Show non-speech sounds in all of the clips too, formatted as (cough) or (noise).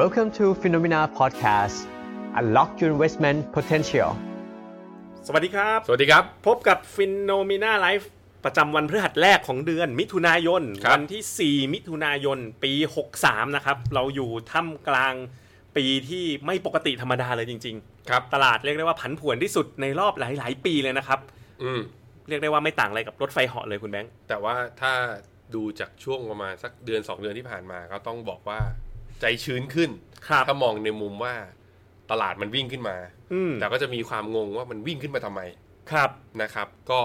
Welcome to Phenomena Podcast. Unlock your investment potential. สวัสดีครับ สวัสดีครับ พบกับฟินโนม n นาไลฟ์ประจำวันพฤหัสแรกของเดือนมิถุนายน ครับ วัที่ 4 มิถุนายน ปี 63 นะครับ เราอยู่ท่ามกลางปีที่ไม่ปกติธรรมดาเลยจริง ครับ ๆ ตลาดเรียกได้ว่าผันผวนที่สุดในรอบหลาย ๆ ปีเลยนะครับ อืม เรียกได้ว่าไม่ต่างอะไรกับรถไฟเหาะเลยคุณแบงค์ แต่ว่าถ้าดูจากช่วงประมาณสักเดือน 2 เดือนที่ผ่านมาก็ต้องบอกว่าใจชื้นขึ้น ครับ ถ้ามองในมุมว่าตลาดมันวิ่งขึ้นมา อืม แต่ก็จะมีความงงว่ามันวิ่งขึ้นมาทำไม ครับ นะครับ ก็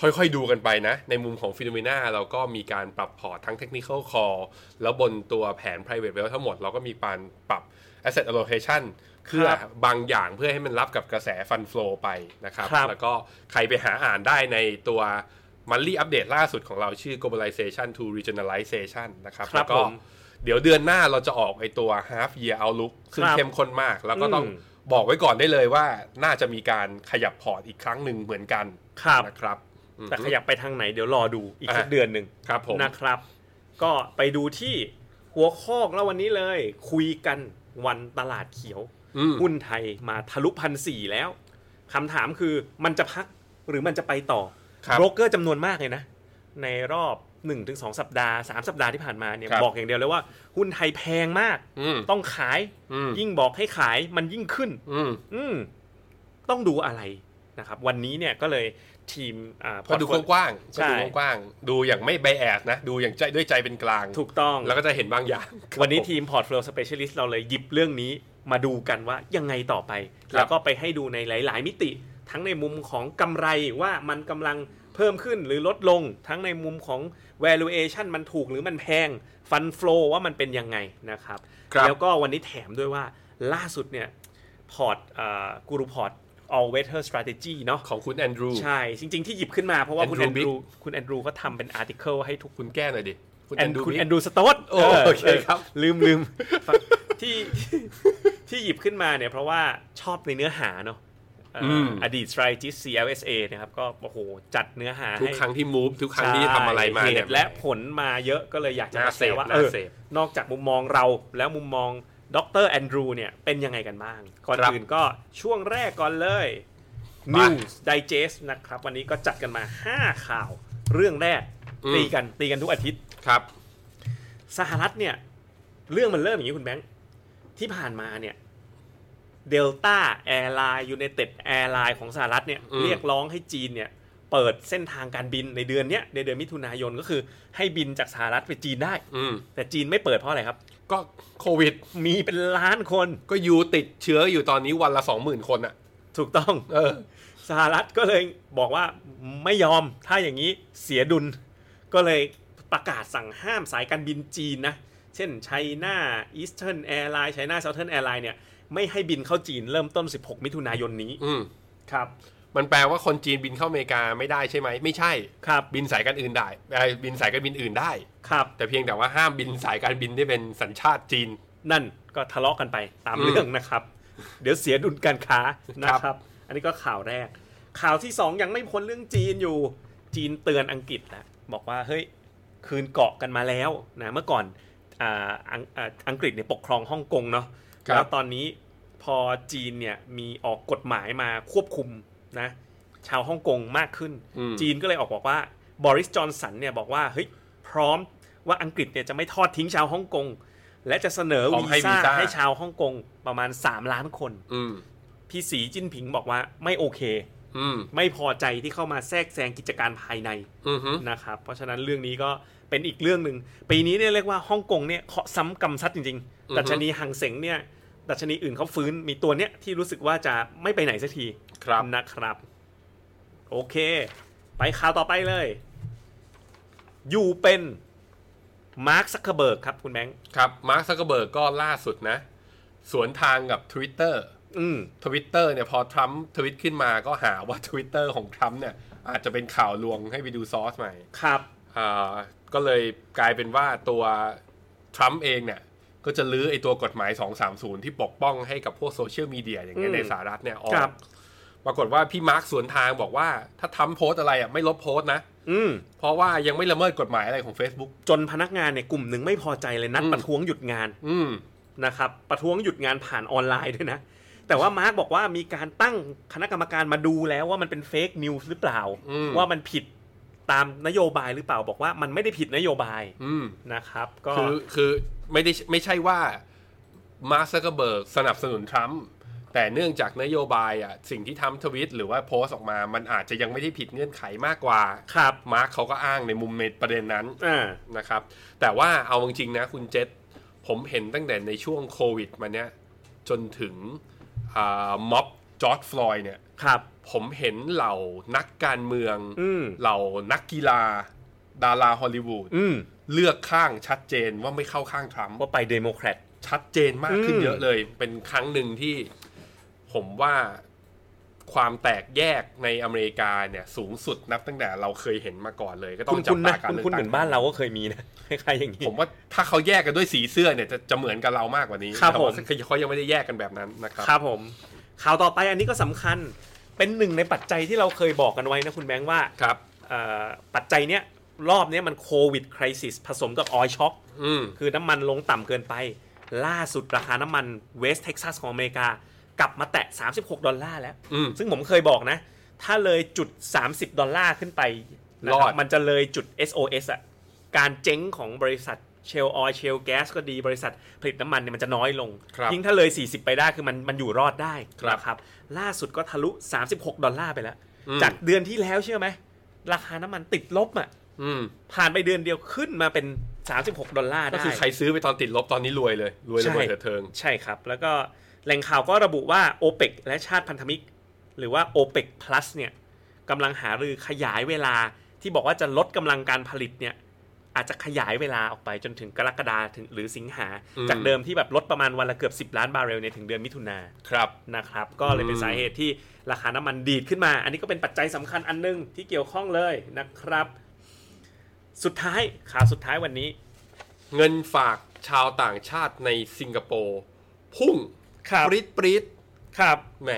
ค่อยๆดูกันไปนะ ในมุมของฟิโนเมนาเราก็มีการปรับพอร์ตทั้ง Technical Call แล้วบนตัวแผน Private Wealth ทั้งหมดเราก็มีการปรับ Asset Allocation เพื่อ ครับ บางอย่างเพื่อให้มันรับกับกระแสฟัน Flow ไปนะครับ ครับ แล้วก็ใครไปหาอ่านได้ในตัว Monthly Update ล่าสุดของเราชื่อ Globalization to Regionalization นะครับ ครับ แล้วก็ ผม เดี๋ยวเดือนหน้าเราจะออกไอตัว half year outlook ซึ่ง ครับ เข้มข้นมาก แล้วก็ต้อง อืม บอกไว้ก่อนได้เลยว่าน่าจะมีการขยับพอร์ตอีกครั้งหนึ่งเหมือนกัน ครับ นะครับอืม แต่ขยับไปทางไหนเดี๋ยวรอดูอีก อ่ะ สักเดือนหนึ่ง ครับผม นะครับ ก็ไปดูที่หัวข้อของเราวันนี้เลย คุยกันวันตลาดเขียว อืม หุ้นไทยมาทะลุพันสี่แล้ว คำถามคือมันจะพักหรือมันจะไปต่อ ครับ โบรกเกอร์จำนวนมากเลยนะ ในรอบ 1-2 สัปดาห์ 3 สัปดาห์ที่ผ่านมาเนี่ย ครับ บอกอย่างเดียวเลยว่า หุ้นไทยแพงมาก อืม ต้องขาย อืม ยิ่งบอกให้ขายมันยิ่งขึ้น อืม อืมต้องดูอะไรนะครับ วันนี้เนี่ยก็เลยทีมอ่า ก็ดู portfolio กว้างๆ ใช่ ก็ดูกว้างๆดูอย่างไม่ bias นะ ดูอย่างใจด้วยใจเป็นกลาง ถูกต้อง แล้วก็จะเห็นบางอย่าง วันนี้ ครับผม ทีม Portfolio Specialist เราเลยหยิบเรื่องนี้มาดูกันว่ายังไงต่อไป ครับ แล้วก็ไปให้ดูในหลาย ๆ มิติ ทั้งในมุมของกำไรว่ามันกำลังเพิ่มขึ้นหรือลดลง ทั้งในมุมของ valuation มันถูกหรือมันแพง fund flow ว่ามันเป็นยังไงนะครับ ครับ แล้วก็วันนี้แถมด้วยว่าล่าสุดเนี่ยพอร์ตกูรูพอร์ต all weather strategy เนาะ ของคุณแอนดรู ใช่ จริง ๆ ที่หยิบขึ้นมาเพราะว่าคุณแอน Andrew ดรูคุณแอนดรูก็ทำเป็นอาร์ติเคิลให้ทุก คุณแก้หน่อยดิ คุณ แอ แอน นดรู คุณ บิ๊ก แอนดรูสโตอต โอ้โอเคครับ ลืมลืมฟังที่ที่หยิบขึ้นมาเนี่ยเพราะว่าชอบในเนื้อหาเนาะเอ่ออ ม อดีต strategist CLSA นะครับ ก็โอ้โหจัดเนื้อหา ทุก ให้ ครั้งที่ move ทุกครั้งที่ ใช่ ทำอะไรมา เห เนี่ย ตุและผลมาเยอะก็เลยอยากจะมา น่า แช เสพ ร์ว่า น่า เออ เสพ นอกจากมุมมองเราแล้วมุมมองดรแอนดรูเนี่ยเป็นยังไงกันบ้าง ก่อน ครับ อื่นก็ช่วงแรกก่อนเลย มา News Digest นะครับ วันนี้ก็จัดกันมา 5 ข่าว เรื่องแรกตีกันตีกันทุกอาทิตย์ ครับ สหรัฐเนี่ย เรื่องมันเริ่มอย่างนี้คุณแบงค์ ที่ผ่านมาเนี่ยเดลต้าแอร์ไลน์ยู t นเต็ดแอร์ไลน์ของสหรัฐเนี่ย อืม เรียกร้องให้จีนเนี่ย เปิดเส้นทางการบินในเดือนเนี้ยในเดือนมิถุนายนก็คือให้บินจากสหรัฐไปจีนได้ อืม แต่จีนไม่เปิดเพราะอะไรครับ ก็โควิด มีเป็นล้านคน ก็อยู่ติดเชื้ออยู่ตอนนี้วันละสองหมื่นคนอ่ะ ถูกต้อง เออ สหรัฐก็เลยบอกว่าไม่ยอมถ้าอย่างนี้เสียดุล ก็เลยประกาศสั่งห้ามสายการบินจีนนะ เช่นไชน่าอีสเทิร์นแอร์ไลน์ไชน่าเซาเทิร์นแอร์ไลน์เนี่ย ไม่ให้บินเข้าจีนเริ่มต้น 16 มิถุนายนนี้ อืม ครับ มันแปลว่าคนจีนบินเข้าอเมริกาไม่ได้ใช่ไหม ไม่ใช่ ครับ บินสายการอื่นได้เอ่อบินสายการบินอื่นได้ ครับ แต่เพียงแต่ว่าห้ามบินสายการบินที่เป็นสัญชาติจีน นั่นก็ทะเลาะกันไปตาม อืม เรื่องนะครับ เดี๋ยวเสียดุลการค้านะค ครั รับ บ อันนี้ก็ข่าวแรก ข่าวที่สองยังไม่พ้นเรื่องจีนอยู่จีนเตือนอังกฤษแล้วบอกว่าเฮ้ย คืนเกาะกันมาแล้วนะเมื่อก่อนอาอังอ่าอังกฤษเนี่ยปกครองฮ่องกงเนาะ ครับ แล้วตอนนี้พอจีนเนี่ยมีออกกฎหมายมาควบคุมนะชาวฮ่องกงมากขึ้น จีนก็เลยออกบอกว่าบริสจอนสันเนี่ยบอกว่าเฮ้ยพร้อมว่าอังกฤษเนี่ยจะไม่ทอดทิ้งชาวฮ่องกง และจะเสนอ พร้อ วี มให้ ซ่า วีซ่า ให้ชาวฮ่องกงประมาณ 3 ล้านคน อืม พี่สีจิ้นผิงบอกว่าไม่โอเค อืม ไม่พอใจที่เข้ามาแทรกแซงกิจการภายใน อืมฮึ นะครับ เพราะฉะนั้นเรื่องนี้ก็เป็นอีกเรื่องหนึ่ง ปีนี้เนี่ยเรียกว่าฮ่องกงเนี่ยเคาะซ้ำกำซัดจริงๆ ดัชนีหังเสงเนี่ย ดัชนีอื่นเขาฟื้น มีตัวเนี้ยที่รู้สึกว่าจะไม่ไปไหนสักที ครับ นะครับ โอเค ไปข่าวต่อไปเลย อยู่เป็นมาร์คซักเคเบิร์กครับคุณแบงค์ ครับมาร์คซักเกอร์เบิร์กก็ล่าสุดนะ สวนทางกับ Twitter อืม ทวิตเตอร์เนี่ยพอทรัมป์ทวิตขึ้นมาก็หาว่าทวิตเตอร์ของทรัมป์เนี่ยอาจจะเป็นข่าวลวงให้ไปดูซอร์สใหม่ ครับ อ่าก็เลยกลายเป็นว่าตัวทรัมป์เองเนี่ยก็จะลื้อไอตัวกฎหมาย 230 ที่ปกป้องให้กับพวกโซเชียลมีเดียอย่างเงี้ อื ย ม ในสหรัฐเนี่ยออ ครั ก บ ปรากฏว่าพี่มาร์คสวนทางบอกว่าถ้าทรัมป์โพสต์อะไรอ่ะไม่ลบโพสต์นะ อืม เพราะว่ายังไม่ละเมิดกฎหมายอะไรของ Facebook จนพนักงานเนี่ยกลุ่มหนึ่งไม่พอใจเลยนัด อืม ประท้วงหยุดงาน อืม นะครับ ประท้วงหยุดงานผ่านออนไลน์ด้วยนะ แต่ว่ามาร์กบอกว่ามีการตั้งคณะกรรมการมาดูแล้วว่ามันเป็นเฟกนิวส์หรือเปล่า อืม ว่ามันผิดตามนโยบายหรือเปล่าบอกว่ามันไม่ได้ผิดนโยบาย อืม นะครับ ก็ คือคือไม่ได้ไม่ใช่ว่ามาร์คซักเบิร์กสนับสนุนทรัมป์แต่เนื่องจากนโยบายอ่ะสิ่งที่ทำทวิตหรือว่าโพสต์ออกมา มันอาจจะยังไม่ได้ผิดเงื่อนไขมากกว่า ครับ มาร์คเขาก็อ้างในมุมในประเด็นนั้น อ่า นะครับ แต่ว่าเอาจริงๆนะคุณเจษผมเห็นตั้งแต่ในช่วงโควิดมาเนี้ยจนถึงอ่าม็อบจอร์ดฟลอยด์เนี่ย ครับ ผมเห็นเหล่านักการเมือง อืม เหล่านักกีฬา ดาราฮอลลีวูด อืม เลือกข้างชัดเจนว่าไม่เข้าข้างทรัมป์ ว่าไปเดโมแครต ชัดเจนมากขึ้น อืม เยอะเลย เป็นครั้งหนึ่งที่ผมว่าความแตกแยกในอเมริกาเนี่ย สูงสุดนับตั้งแต่เราเคยเห็นมาก่อนเลย ก็ต้อ คุ ง ณ จับ คุณ ตา นะ กาคุรณ เลือก คุณเหมืตั้อง นบ้านเราก็เคยมีนะ (laughs) คล้ายๆอย่างนี้ ผมว่าถ้าเขาแยกกันด้วยสีเสื้อเนี่ยจะจะเหมือนกับเรามากกว่านี้ ครับ แต่ว่า ผม เขายังไม่ได้แยกกันแบบนั้นนะครับ ครับผมข่าวต่อไปอันนี้ก็สำคัญเป็นหนึ่งในปัจจัยที่เราเคยบอกกันไว้นะคุณแบงค์ว่า ครับ เอ่อปัจจัยเนี้ยรอบเนี้ยมันโควิดคริสิสผสมกับออยช็อค อืม คือน้ำมันลงต่ำเกินไป ล่าสุดราคาน้ำมันเวสเท็กซัสของอเมริกา กลับมาแตะ 36 ดอลลาร์แล้ว อืม ซึ่งผมเคยบอกนะ ถ้าเลยจุด 30 ดอลลาร์ขึ้นไปนะครัรอบ ด มันจะเลยจุด SOS อะการเจ๊งของบริษัทเชลออยเชลแก๊สก็ดีบริษัทผลิตน้ำมันเนี่ยมันจะน้อยลง ครับ ยิ่งถ้าเลย 40 ไปได้คือมันมันอยู่รอดได้ ครับ นะครับ ล่าสุดก็ทะลุ 36 ดอลลาร์ไปแล้ว อืม จากเดือนที่แล้วเชื่อไหมราคาน้ำมันติดลบอะ อืม ผ่านไปเดือนเดียวขึ้นมาเป็น 36 ดอลลาร์ได้ ก็คือใครซื้อไปตอนติดลบตอนนี้รวยเลย รวยระเบิด ใช่ เถิดเทิง ใช่ครับ แล้วก็แหล่งข่าวก็ระบุว่า o p e ปและชาติพันธมิตร หรือว่า o p e ป plus เนี่ยกำลังหารือขยายเวลาที่บอกว่าจะลดกำลังการผลิตเนี่ยอาจจะขยายเวลาออกไปจนถึงกรกฎาถึงหรือสิงหา อืม จากเดิมที่แบบลดประมาณวันละเกือบ 10 ล้านบาร์เรลเนี่ยถึงเดือนมิถุนา ครับ นะครับ ก็เลยเป็นสาเหตุที่ราคาน้ำมันดีดขึ้นมา อันนี้ก็เป็นปัจจัยสำคัญอันหนึงที่เกี่ยวข้องเลยนะครับ สุดท้ายข่าวสุดท้ายวันนี้ เงินฝากชาวต่างชาติในสิงคโปร์พุ่ง ปริดปริด ครับ แหม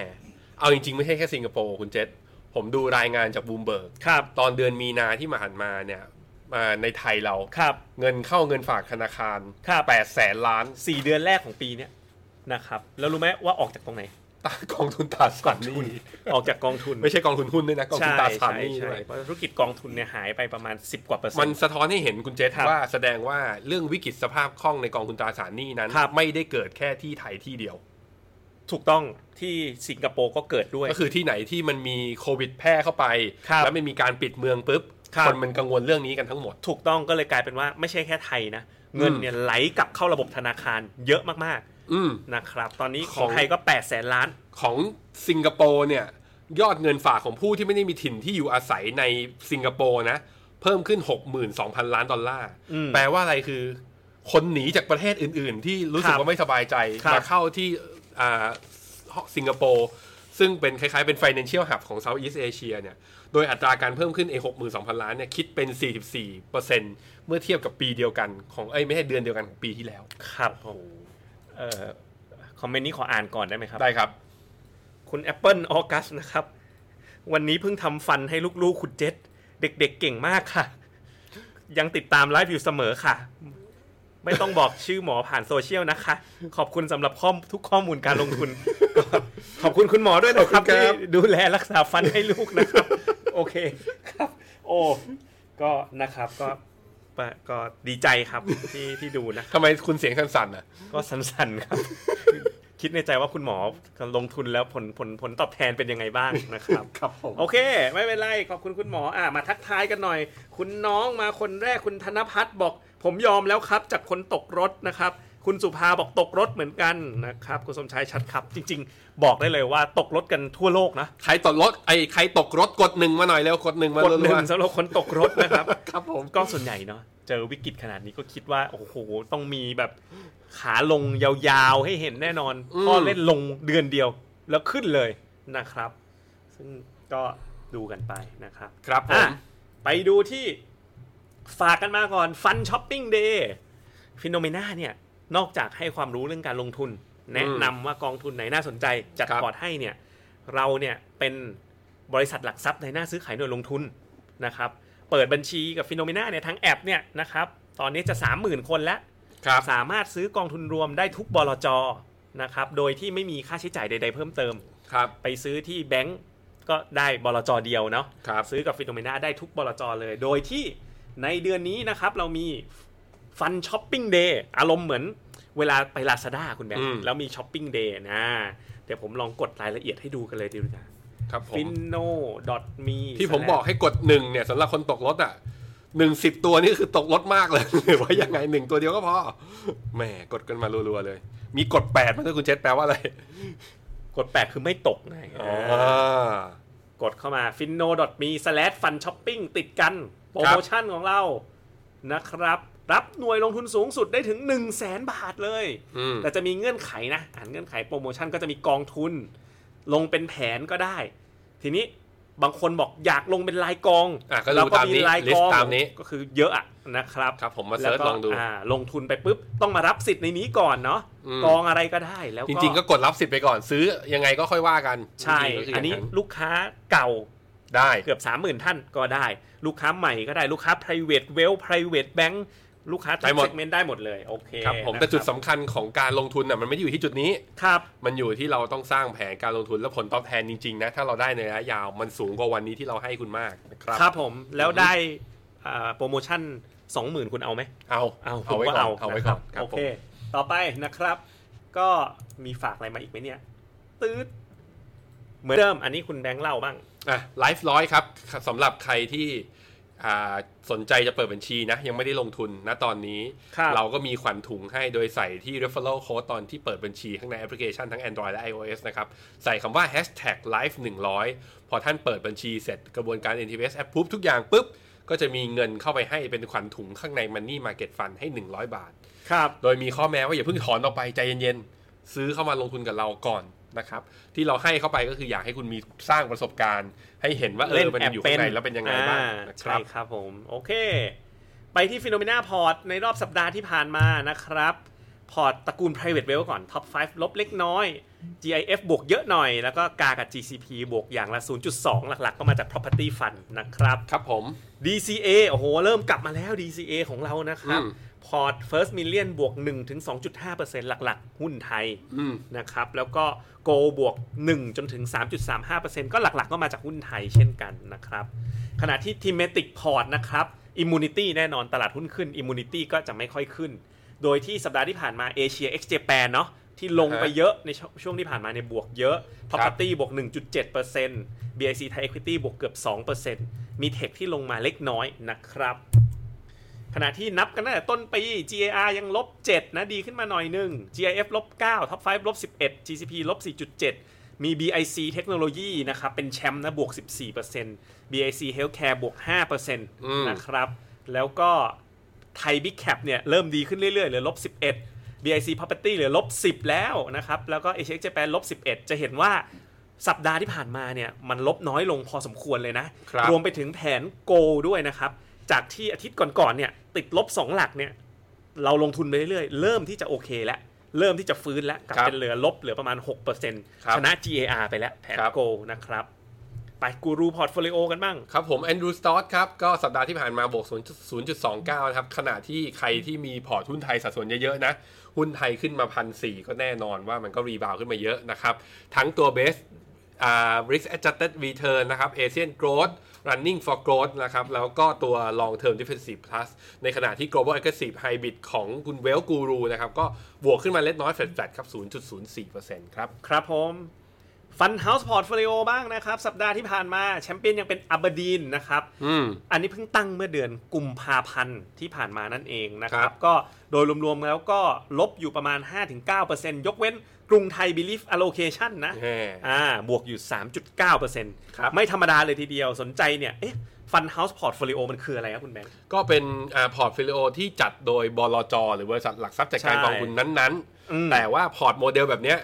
เอาจริง ๆ ไม่ใช่แค่สิงคโปร์คุณเจษผมดูรายงานจากบูมเบิร์ก ครับ ตอนเดือนมีนาที่ผ่านมาเนี่ยอ่าในไทยเรา ครับ เงินเข้าเงินฝากธนาคาร ครับ 8แสนล้าน สี่เดือนแรกของปีเนี้ยนะครับ แล้วรู้ไหมว่าออกจากตรงไหน ตากองทุนตราสารหนี้ ออกจากกองทุน ไม่ใช่กองทุนหุ้นด้วยนะ กองทุนตราสารหนี้ด้วย เพราะธุรกิจกองทุนเนี่ยหายไปประมาณ 10 กว่าเปอร์เซ็ มัน น ต์ สะท้อนให้เห็นคุณเจษ ครับ ว่าแสดงว่าเรื่องวิกฤตสภาพคล่องในกองทุนตราสารหนี้นั้น ครับ ไม่ได้เกิดแค่ที่ไทยที่เดียว ถูกต้องที่สิงคโปร์ก็เกิดด้วย ก็คือที่ไหนที่มันมีโควิดแพร่เข้าไป ครับ แล้วไม่มีการปิดเมืองปุ๊บ ครับ นมันกังวลเรื่องนี้กันทั้งหมด ถูกต้องก็เลยกลายเป็นว่าไม่ใช่แค่ไทยนะ เงินเนี่ยไหลกลับเข้าระบบธนาคารเยอะมาก อืม ๆนะครับ ตอนนี้ข ข อ อง ง ไทยก็8แสนล้าน ของสิงคโปร์เนี่ย ยอดเงินฝากของผู้ที่ไม่ได้มีถิ่นที่อยู่อาศัยในสิงคโปร์นะ เพิ่มขึ้น 62,000 ล้านดอลลาร์ อืม แปลว่าอะไรคือ คนหนีจากประเทศอื่น ๆ ที่รู้สึ ค ก รับ ว่าไม่สบายใจ ครับ มาเข้าที่อ่าสิงคโปร์ซึ่งเป็นคล้ายๆเป็น financial hub ของ Southeast Asia เนี่ย โดยอัตราการเพิ่มขึ้นไอ้62,000 ล้านเนี่ย คิดเป็น 44%เมื่อเทียบกับปีเดียวกันของเอ้ยไม่ใช่เดือนเดียวกันของปีที่แล้ว ครับโอ้โหเอ่อคอมเมนต์นี้ขออ่านก่อนได้ไหมครับ ได้ครับ คุณ Apple ออกัสนะครับ วันนี้เพิ่งทำฟันให้ลูกๆ คุณเจษเด็กๆเก่งมากค่ะ ยังติดตามไลฟ์อยู่เสมอค่ะ ไม่ต้องบอกชื่อหมอผ่านโซเชียลนะคะ ขอบคุณสำหรับข้อมทุกข้อมูลการลงทุน ก็ขอบคุณคุณหมอด้วยนะครับ ขอบคุณ ที่ ครับ ดูแลรักษาฟันให้ลูกนะครับ โอเคครับ โอ้ก็นะครับก็ก็ดีใจครับที่ที่ดูนะครับ ทำไมคุณเสียงสั่นๆอ่ะ ก็สันๆครับ (laughs) คิดในใจว่าคุณหมอลงทุนแล้วผลผลผลตอบแทนเป็นยังไงบ้างนะครับ (laughs) ครับผม โอเค ไม่เป็นไร ขอบคุณคุณหมออ่ะมาทักทายกันหน่อย คุณน้องมาคนแรกคุณธนพัฒน์บอก ผมยอมแล้วครับ จากคนตกรถนะครับ คุณสุภาบอกตกรถเหมือนกันนะครับ คุณสมชายชัดครับ จริง ๆ บอกได้เลยว่าตกรถกันทั่วโลกนะ ใครตกรถไอ้ใครตกรถกดหนึ่งมาหน่อยแล้วกดหนึ่งมาก ด รัวๆ หนึ่งสำหรับคนตกรถนะครับ (laughs) ครับผม ก็ส่วนใหญ่เนาะเจอวิกฤตขนาดนี้ก็คิดว่า โอ้โห ต้องมีแบบขาลงยาวๆให้เห็นแน่นอน อืม พ่อเล่นลงเดือนเดียวแล้วขึ้นเลยนะครับ ซึ่งก็ดูกันไปนะครับ ครับผ อ่ะ ม ไปดูที่ฝากกันมาก่อนฟันช้อปปิ้งเดย์ฟิโนเมนาเนี่ย นอกจากให้ความรู้เรื่องการลงทุน แนะนำว่ากองทุนไหนน่าสนใจจัด ครับ พอร์ตให้เนี่ย เราเนี่ยเป็นบริษัทหลักทรัพย์ในหน้าซื้อขายหน่วยลงทุนนะครับ เปิดบัญชีกับฟิโนเมนาเนี่ยทั้งแอปเนี่ยนะครับ ตอนนี้จะ 30,000 คนแล้ว ครับ สามารถซื้อกองทุนรวมได้ทุกบลจนะครับ โดยที่ไม่มีค่าใช้จ่ายใด ๆ เพิ่มเติม ครับ ไปซื้อที่แบงก์ก็ได้บลจเดียวเนาะ ครับ ซื้อกับฟิโนเมนาได้ทุกบลจเลย โดยที่ในเดือนนี้นะครับเรามีฟันช้อปปิ้งเดย์อารมณ์เหมือนเวลาไปลาซาด้าคุณแบง อื ค์ ม แล้วมีช้อปปิ้งเดย์นะ เดี๋ยวผมลองกดรายละเอียดให้ดูกันเลยดีกว่า ครับผ ฟิ ม นโนดอทมี ที่ผมบอกให้กดหนึ่งเนี่ยสำหรับคนตกรถอ่ะหนึ่งสิบตัวนี่คือตกรถมากเลย (laughs) หรือว่ายังไงหนึ่งตัวเดียวก็พอแหมกดกันมารัวๆเลย มีกดแปดมาด้วยคุณเจษแปลว่าอะไร กดแปดคือไม่ตกไง อ๋อ กดเข้ามา f i n o m e f u n s h o p p i n g ติดกันโปรโมชั่นของเรานะครับ รับหน่วยลงทุนสูงสุดได้ถึง 1 0 0 0 0แสนบาทเลย อืม แต่จะมีเงื่อนไขนะ อ่านเงื่อนไขโปรโมชั่นก็จะมีกองทุน ลงเป็นแผนก็ได้ ทีนี้บางคนบอกอยากลงเป็นลายกอง อ่ะก็ดู เราก็ ตามนี้ มีลาย ลิ ก สอต์ง ตามนี้ ก็คือเยอะอะนะครับ ครับผมมา แว เสิร์ช ก็ ลองดู าลงทุนไปปุ๊บต้องมารับสิทธิ์ในนี้ก่อนเนาะ อืม กองอะไรก็ได้แล้ว จริงๆ ก็กดรับสิทธิ์ไปก่อนซื้อยังไงก็ค่อยว่ากัน ใช่ จริงๆก็คื อันนี้ ย่าง ลูกค้าเก่า ได้ เกือบ 30,000 ท่านก็ได้ ลูกค้าใหม่ก็ได้ลูกค้า private wealth private bank ลูกค้าทุก segment ได้หมดเลย โอเค ครับผม นะ แต่จุดสำคัญของการลงทุนน่ะมันไม่ได้อยู่ที่จุดนี้ ครับ มันอยู่ที่เราต้องสร้างแผนการลงทุนและผลตอบแทนจริงๆนะถ้าเราได้ในระยะยาวมันสูงกว่าวันนี้ที่เราให้คุณมากนะครับ ครับผมแล้วได้อ่าโปรโมชั่น 20,000 คุณเอาไหม เอา ผม เอาไว้ ว่า ก่อน เอา เอาไว้ก่อนะครับ โอ ผ เค ม ต่อไปนะครับ ก็มีฝากอะไรมาอีกไหมเนี่ยตืดเหมือนเดิม อันนี้คุณแบงค์เล่าบ้าง อ่ะไลฟ์ร้อยครับสำหรับใครที่อ่าสนใจจะเปิดบัญชีนะ ยังไม่ได้ลงทุนนะตอนนี้ ครับ เราก็มีขวัญถุงให้โดยใส่ที่ referral code ตอนที่เปิดบัญชีข้างในแอปพลิเคชันทั้ง Android และ iOS นะครับ ใส่คำว่า hashtag live 100 พอท่านเปิดบัญชีเสร็จกระบวนการ NTS approve ทุกอย่างปุ๊บ ก็จะมีเงินเข้าไปให้เป็นขวัญถุงข้างใน Money Market Fund ให้ 100 บาท ครับ โดยมีข้อแม้ว่าอย่าเพิ่งถอนออกไปใจเย็นๆ ซื้อเข้ามาลงทุนกับเราก่อนนะครับ ที่เราให้เข้าไปก็คืออยากให้คุณมีสร้างประสบการณ์ ให้เห็นว่าเออมันอยู่ข้างในแล้วเป็นยังไงบ้าง อ่ นะครับ ใช่ครับผม โอเค ไปที่ฟิโนเมนาพอร์ตในรอบสัปดาห์ที่ผ่านมานะครับ พอร์ตตระกูล private wealth ก่อน top 5 ลบเล็กน้อย GIF บวกเยอะหน่อย แล้วก็กากับ GCP บวกอย่างละ 0.2 หลักๆ ก็มาจาก property fund นะครับ ครับผม DCA โอ้โห เริ่มกลับมาแล้ว DCA ของเรานะครับ อืม พอร์ต first million บวก1ถึง2.5%หลักๆ หุ้นไทย อืม นะครับแล้วก็โกบวก 1 จนถึง 3.35%ก็หลักๆ ก็มาจากหุ้นไทยเช่นกันนะครับขณะที่ทีเมติกพอร์ตนะครับอิมมูนิตี้แน่นอนตลาดหุ้นขึ้นอิมมูนิตี้ก็จะไม่ค่อยขึ้น โดยที่สัปดาห์ที่ผ่านมาเอเชียเอ็กซ์เจแปนเนาะที่ลงไปเยอะในชช่วงที่ผ่านมาในยบวกเยอะ Property บวก 1.7% BIC Thai Equity บวกเกือบ 2%มีเทคที่ลงมาเล็กน้อยนะครับ ขณะที่นับกันตั้งแต่ต้นปี GAR ยังลบ 7 นะดีขึ้นมาหน่อยหนึง GIF ลบ 9 Top 5 ลบ 11 GCP ลบ 4.7 มี BIC เทคโนโลยีนะครับ เป็นแชมป์นะบวก 14% BIC Healthcare บวก 5% ม นะครับ แล้วก็ไทย Big Cap เนี่ย เริ่มดีขึ้นเรื่อยๆเหลือลบ 11 BIC Property เหลือลบ 10 แล้วนะครับ แล้วก็ HX Japan ลบ 11 จะเห็นว่าสัปดาห์ที่ผ่านมาเนี่ยมันลบน้อยลงพอสมควรเลยนะ ครับ รวมไปถึงแผนโกด้วยนะครับ จากที่อาทิตย์ก่อนๆเนี่ยติดลบ 2 หลักเนี่ยเราลงทุนไปเรื่อยๆ เริ่มที่จะโอเคแล้ว เริ่มที่จะฟื้นแล้วกลับ ครับ เป็นเหลือลบเหลือประมาณ ครับ 6%ชนะ GAR ไปแล้วแผน ครับ โกนะครับ ไปกูรูพอร์ตโฟลิโอกันบ้าง ครับผมแอนดรูสตอ t ครับ ก็สัปดาห์ที่ผ่านมาบวก0.29 นะครับ ขณะที่ใครที่มีพอร์ตหุ้นไทยสัดส่วนเยอะๆนะ หุ้นไทยขึ้นมาพันสก็แน่นอนว่ามันก็รีบาวขึ้นมาเยอะนะครับ ทั้งตัวเบสอ่า risk adjusted return นะครับ Asian growth running for growth นะครับ แล้วก็ตัว long term defensive plus ในขณะที่ global aggressive hybrid ของคุณเวลกูรูนะครับ ก็บวกขึ้นมาเล็กน้อยแฟลตๆครับ 0.04%ครับ ครับผมฟันเฮาส์พอร์ตโฟลิโอบ้างนะครับ สัปดาห์ที่ผ่านมาแชมเปี้ยนยังเป็นอับดีนนะครับ อืม อันนี้เพิ่งตั้งเมื่อเดือนกุมภาพันธ์ที่ผ่านมานั่นเองนะค ครั รับ บ ก็โดยรวมๆแล้วก็ลบอยู่ประมาณ 5-9%ยกเว้นกรุงไทย Belief Allocation นะ แหม อ่า บวกอยู่ 3.9% ครับ ไม่ธรรมดาเลยทีเดียวสนใจเนี่ย เอ๊ะฟันเฮาส์พอร์ตโฟลิโอมันคืออะไรครับคุณแบงค์ ก็เป็นพอร์ตฟิลิโอ portfolio ที่จัดโดยบลจ หรือบริษัทหลักทรัพย์จัดการ ใช่ กองทุนนั้น อืม ๆ แต่ว่าพอร์ตโมเดลแบบเนี้ย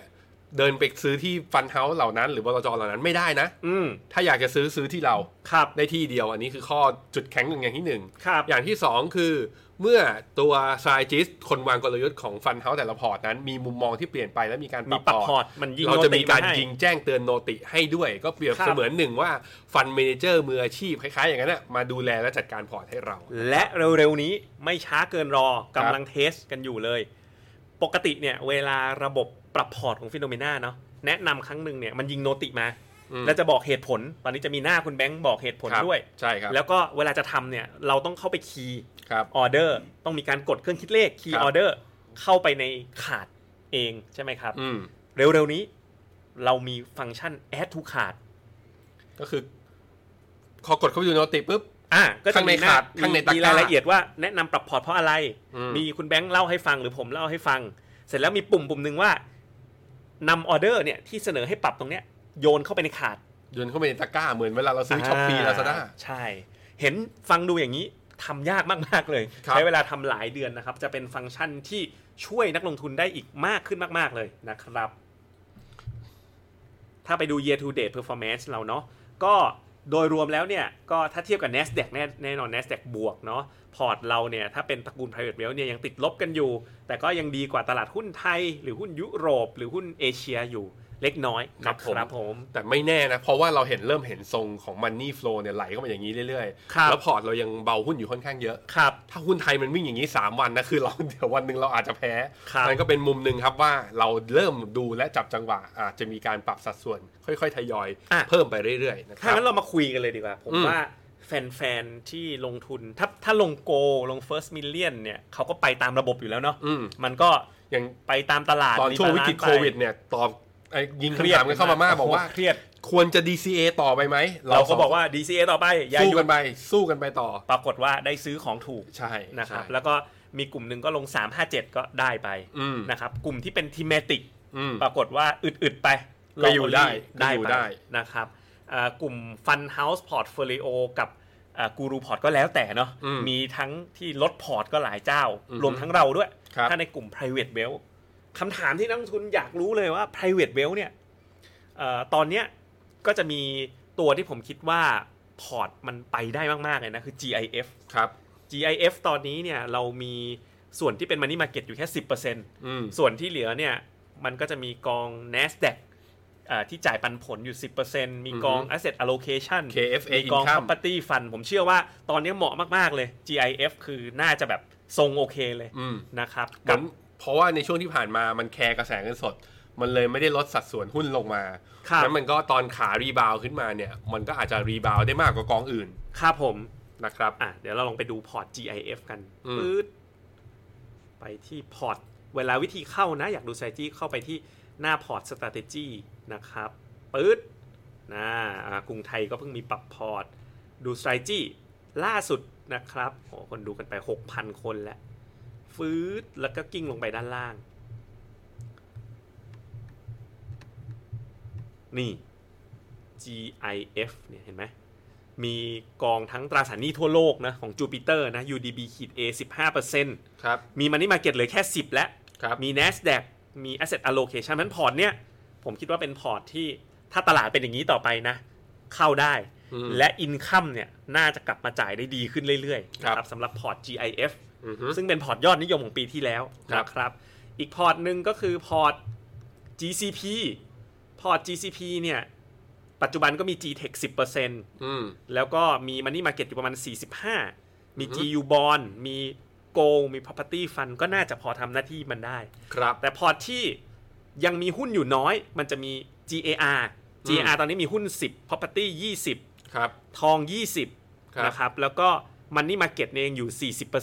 เดินไปซื้อที่ฟันเฮาส์เหล่านั้น หรือบลจเหล่านั้นไม่ได้นะ อืม ถ้าอยากจะซื้อซื้อที่เรา ครับ ได้ที่เดียวอันนี้คือข้อจุดแข็งหนึ่งอย่างที่หนึ่ง ครับ อย่างที่ 2 คือเมื่อตัวสไตรจิสคนวางกลยุทธ์ของฟันเฮาแต่ละพอร์ตนั้น มีมุมมองที่เปลี่ยนไปและมีการ มีปรับพอร์ตมันยิง เราจะมีการ โนติมาให้ ยิงแจ้งเตือนโนติให้ด้วย ก็เปรียบ ครับ เสมือนหนึ่งว่าฟันเมเนเจอร์มืออาชีพคล้ายๆอย่างนั้นนะมาดูแลและจัดการพอร์ตให้เรา และเร็วๆนี้ไม่ช้าเกินรอกำลังเทสกันอยู่เลย ปกติเนี่ยเวลาระบบปรับพอร์ตของฟิโนเมนาเนาะแนะนำครั้งหนึ่งเนี่ยมันยิงโนติมา อืม แล้วจะบอกเหตุผล ตอนนี้จะมีหน้าคุณแบงค์บอกเหตุผล ครับ ด้วย ใช่ครับ แล้วก็เวลาจะทำเนี่ยเราต้องเข้าไปคีย์ ครับ ออเดอร์ต้องมีการกดเครื่องคิดเลขคี ค ย์ รั อบ อเดอร์เข้าไปในขาดเองใช่ไหมครับ อืม เร็วๆนี้เรามีฟังก์ชัน add to ขาด ก็คือพอกดเข้าไปดูโนติปุ๊บ อ่ะก็จะ ข้างใน มีหน้า ขาดข้างในตะกร้ามี รายละเอียดว่าแนะนำปรับพอร์ตเพราะอะไร อืม มีคุณแบงค์เล่าให้ฟังหรือผมเล่าให้ฟัง เสร็จแล้วมีปุ่มปุ่มหนึ่งว่านำออเดอร์เนี่ยที่เสนอให้ปรับตรงเนี้ยโยนเข้าไปในขาด โยนเข้าไปในตะกร้าเหมือนเวลาเราซื้อช้อปปี้ อ่ ลาซาด้า ใช่ เห็นฟังดูอย่างนี้ทำยากมาก ๆ เลย ครับ ใช้เวลาทำหลายเดือนนะครับ จะเป็นฟังก์ชันที่ช่วยนักลงทุนได้อีกมากขึ้นมาก ๆ เลยนะครับ ถ้าไปดู year to date performance เราเนาะก็โดยรวมแล้วเนี่ย ก็ถ้าเทียบกับ NASDAQ แน่แน่นอน NASDAQ บวกเนาะพอร์ตเราเนี่ย ถ้าเป็นตระกูล private wealth เนี่ยยังติดลบกันอยู่ แต่ก็ยังดีกว่าตลาดหุ้นไทย หรือหุ้นยุโรป หรือหุ้นเอเชียอยู่เล็กน้อยนะครับผม แต่ไม่แน่นะ เพราะว่าเราเห็นเริ่มเห็นทรงของมันนี่ฟลูเนี่ยไหลเข้ามาอย่างนี้เรื่อย ครับ ๆแล้วพอร์ตเรายังเบาหุ้นอยู่ค่อนข้างเยอะ ครับ ถ้าหุ้นไทยมันวิ่งอย่างนี้ 3 วันนะคือเรา เดี๋ยววันหนึ่งเราอาจจะแพ้ ครับ มันก็เป็นมุมหนึ่งครับว่าเราเริ่มดูและจับจังหวะอาจจะมีการปรับสัดส่วน ค่อยๆ ทยอย อ่ะ เพิ่มไปเรื่อยๆนะค ถ้า รับ งั้นเรามาคุยกันเลยดีกว่า ผม อืม ว่าแฟนๆ ที่ลงทุน ถ้าถ้าลงโกลง First Million เนี่ยเขาก็ไปตามระบบอยู่แล้วเนาะ อืม มันก็ อย่าง ไปตามตลาด ตอนช่วงวิกฤตโควิด รีบาลานซ์ เนี่ยตอบไอ้ยิง ไป คำถามกันเข้ามามากบอกว่า เครียด ควรจะ DCA ต่อไปไหม เราก็บอกว่า DCA ต่อไป อย่า สู้ หยุ กั ด นไปสู้กันไปต่อ ปรากฏว่าได้ซื้อของถูก ใช่ นะครับ ใช่ แล้วก็มีกลุ่มหนึ่งก็ลง 357 ก็ได้ไป อืม นะครับ กลุ่มที่เป็นทีเมติก อืม ปรากฏว่าอึดๆไป ก็อยู่ได้ก็ ได้ อยู่ ไป ได้ นะครับอ่ากลุ่ม Fund House Portfolio กับกูรูพอร์ตก็แล้วแต่เนาะ อืม มีทั้งที่ลดพอร์ตก็หลายเจ้า อือฮึ รวมทั้งเราด้วย ครับ ถ้าในกลุ่ม private wealth คำถามที่นักลงทุนอยากรู้เลยว่า private wealth เนี่ยเออตอนเนี้ยก็จะมีตัวที่ผมคิดว่าพอร์ตมันไปได้มากๆเลยนะคือ GIF ครับ GIF ตอนนี้เนี่ยเรามีส่วนที่เป็น money market อยู่แค่ 10% อืม ส่วนที่เหลือเนี่ย มันก็จะมีกอง NASDAQ อ่าที่จ่ายปันผลอยู่ 10%มีกอง อือฮึ Asset Allocation KFA มีกอง Income Property Fund ผมเชื่อว่าตอนนี้เหมาะมากๆเลย GIF คือน่าจะแบบทรงโอเคเลย อืม นะครับ กั กั บบ เพราะว่าในช่วงที่ผ่านมามันแคร์กระแสเงินสด มันเลยไม่ได้ลดสัดส่วนหุ้นลงมา ครับ แล้วมันก็ตอนขารีบาวขึ้นมาเนี่ย มันก็อาจจะรีบาวได้มากกว่ากองอื่น ครับผม นะครับ อ่ะเดี๋ยวเราลองไปดูพอร์ต GIF กัน อืม ปื๊ดไปที่พอร์ต เวลาวิธีเข้านะ อยากดู strategy เข้าไปที่หน้าพอร์ต strategy นะครับปื๊ด นะอ่ากรุงไทยก็เพิ่งมีปรับพอร์ต ดูสไตรจี้ล่าสุดนะครับโอ้คนดูกันไป 6,000 คนแล้ว ฟื้ดแล้วก็กิ้งลงไปด้านล่าง นี่ GIF เนี่ย เห็นไหม มีกองทั้งตราสารหนี้ทั่วโลกนะ ของจูปิเตอร์นะ UDB ขีด A 15% ครับ มีมันนี่มาเก็ตเหลือแค่ 10 แล้ว ครับ มี NASDAQ มี Asset Allocation มันพอร์ตเนี่ย ผมคิดว่าเป็นพอร์ตที่ถ้าตลาดเป็นอย่างนี้ต่อไปนะ เข้าได้ อืม และ Income เนี่ย น่าจะกลับมาจ่ายได้ดีขึ้นเรื่อยๆนะครับ สำหรับพอร์ต GIF อือฮึ ซึ่งเป็นพอร์ตยอดนิยมของปีที่แล้ว ครับ นะครับ อีกพอร์ตหนึ่งก็คือพอร์ต GCP พอร์ต GCP เนี่ย ปัจจุบันก็มี GTech 10% อืม แล้วก็มี Money Market อยู่ประมาณ 45 มี อือฮึ GU Bond มี Gold มี Property Fund ก็น่าจะพอทำหน้าที่มันได้ ครับ แต่พอร์ตที่ยังมีหุ้นอยู่น้อย มันจะมี GAR อืม GAR ตอนนี้มีหุ้น 10 Property 20 ครับ ทอง ครับ 20 นะครับ แล้วก็ Money Market เนี่ยยังอยู่ 40%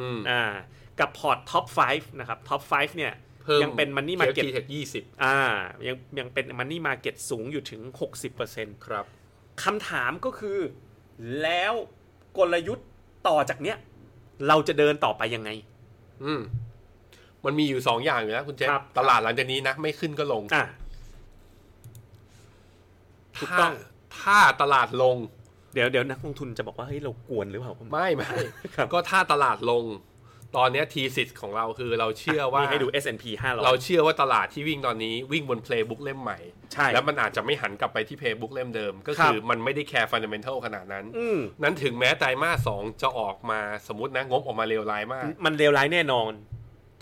อืม อ่า กับพอร์ต Top 5 นะครับ Top 5 เนี่ย ยังเป็น Money Market ยี่สิบ อ่า ยังยังเป็น Money Market สูงอยู่ถึง 60% ครับ คำถามก็คือแล้วกลยุทธ์ต่อจากเนี้ย เราจะเดินต่อไปยังไง อืมมันมีอยู่สองอย่างอยู่นะคุณเจ๊ ครับ ตลาดหลังจากนี้นะ ไม่ขึ้นก็ลง อ่ะ ถูกต้อง ถ้าถ้าตลาดลง เดี๋ยวเดี๋ยวนักลงทุนจะบอกว่าเฮ้ยเรากวนหรือเปล่า ไม่ไม่ ครับ ก็ถ้าตลาดลง ตอนเนี้ทีสิทของเราคือเราเชื่อว่า นี่ให้ดู S&P 500 เราเชื่อว่าตลาดที่วิ่งตอนนี้วิ่งบน playbook เล่มใหม่ ใช่ แล้วมันอาจจะไม่หันกลับไปที่ playbook เล่มเดิม ก็ ครับื คือมันไม่ได้แคร์ fundamental ขนาดนั้น อืม นั้นถึงแม้ไตรมาสสองจะออกมาสมมตินะ งบออกมาเลวร้ายมาก มันเลวร้ายแน่นอน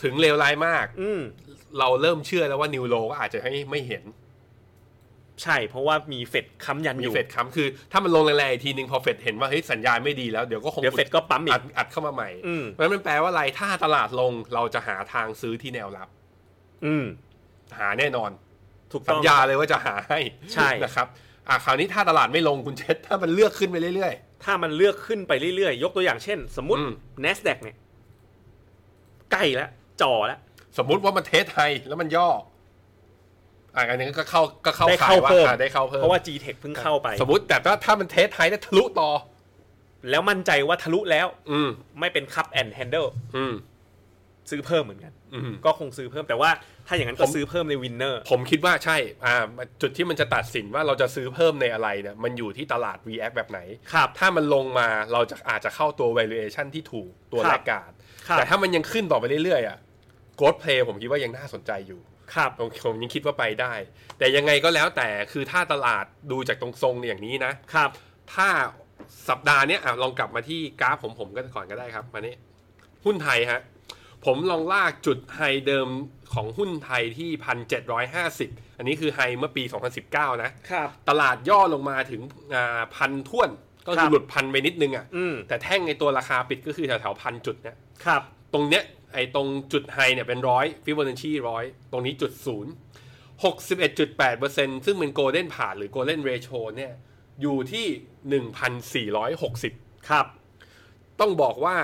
ถึงเลวร้ายมาก อืม เราเริ่มเชื่อแล้วว่านิวโลก็อาจจะให้ไม่เห็น ใช่เพราะว่ามีเฟดค้ำยันอ มี ยู่ เฟดค้ำคือ ถ้ามันลงแรงๆอีกทีนึงพอเฟดเห็นว่าเฮ้ยสัญญาณไม่ดีแล้วเดี๋ยวก็คง เดี๋ยวเฟดก็ปั๊มอี อั ก ดอัดเข้ามาใหม่ อืม เพราะฉะนั้นมันแปลว่าอะไรถ้าตลาดลงเราจะหาทางซื้อที่แนวรับ อืม หาแน่นอน ถูก สั ต้ ญ อง ญาเลยว่าจะหาให้ ใช่ นะครับอ่ะคราวนี้ถ้าตลาดไม่ลงคุณเจษถ้ามันเลือกขึ้นไปเรื่อย ถ้ามันเลือกขึ้นไปเรื่อยๆ ยกตัวอย่างเช่น สมมติ อืม NASDAQ เนี่ย ใกล้แล้วจ่อแล้ว ๆ สมมุติว่ามันเทสไฮแล้วมันย่ออ่ะอันนี้ก็เข้าก็เข้า ได้ ขา เข้าย ว่า เพิ่ม อ่ะได้เข้าเพิ่ม เพราะว่า GTech เพิ่งเข้าไป สมมติแต่ว่าถ้ามันเทสไฮแล้วทะลุต่อ แล้วมั่นใจว่าทะลุแล้ว อืม ไม่เป็น Cup and Handle อืม ซื้อเพิ่มเหมือนกัน อืม ก็คงซื้อเพิ่มแต่ว่าถ้าอย่างนั้นก็ ผม ซื้อเพิ่มใน Winner ผมคิดว่าใช่อ่ามันจุดที่มันจะตัดสินว่าเราจะซื้อเพิ่มในอะไรเนี่ยมันอยู่ที่ตลาด React แบบไหน ครับ ถ้ามันลงมาเราจะอาจจะเข้าตัว valuation ที่ถูกตัว ครับ แลกการ์ด ครับ แต่ถ้ามันยังขึ้นต่อไปเรื่อยๆอ่ะ growth play ผมคิดว่ายังน่าสนใจอยู่ ครับ ผมผมยังคิดว่าไปได้ แต่ยังไงก็แล้วแต่คือถ้าตลาดดูจากตรงทรงเนี่ยอย่างนี้นะ ครับ ถ้าสัปดาห์เนี้ยอ่ะลองกลับมาที่กราฟผมผมกันก่อนก็ได้ครับ มานี่หุ้นไทยฮะ ผมลองลากจุดไฮเดิมของหุ้นไทยที่ 1,750 อันนี้คือไฮเมื่อปี 2019 นะ ครับ ตลาดย่อลงมาถึงพันท่วน ก็ ครั คือบ หลุดพันไปนิดนึงอ่ะ อืม แต่แท่งในตัวราคาปิดก็คือแถวๆพันจุดเนี่ย ครับ ตรงเนี้ยไอ้ตรงจุดไฮเนี่ยเป็นร้อยฟิโบนัชชีร้อยตรงนี้จุดศูนย์หกสิบเอ็ดจุดแปดเปอร์เซ็นซึ่งเป็นโกลเด้นผ่านหรือโกลเด้นเรโชเนี่ยอยู่ที่หนึ่งพันสี่ร้อยหกสิบ ครับ ต้องบอกว่า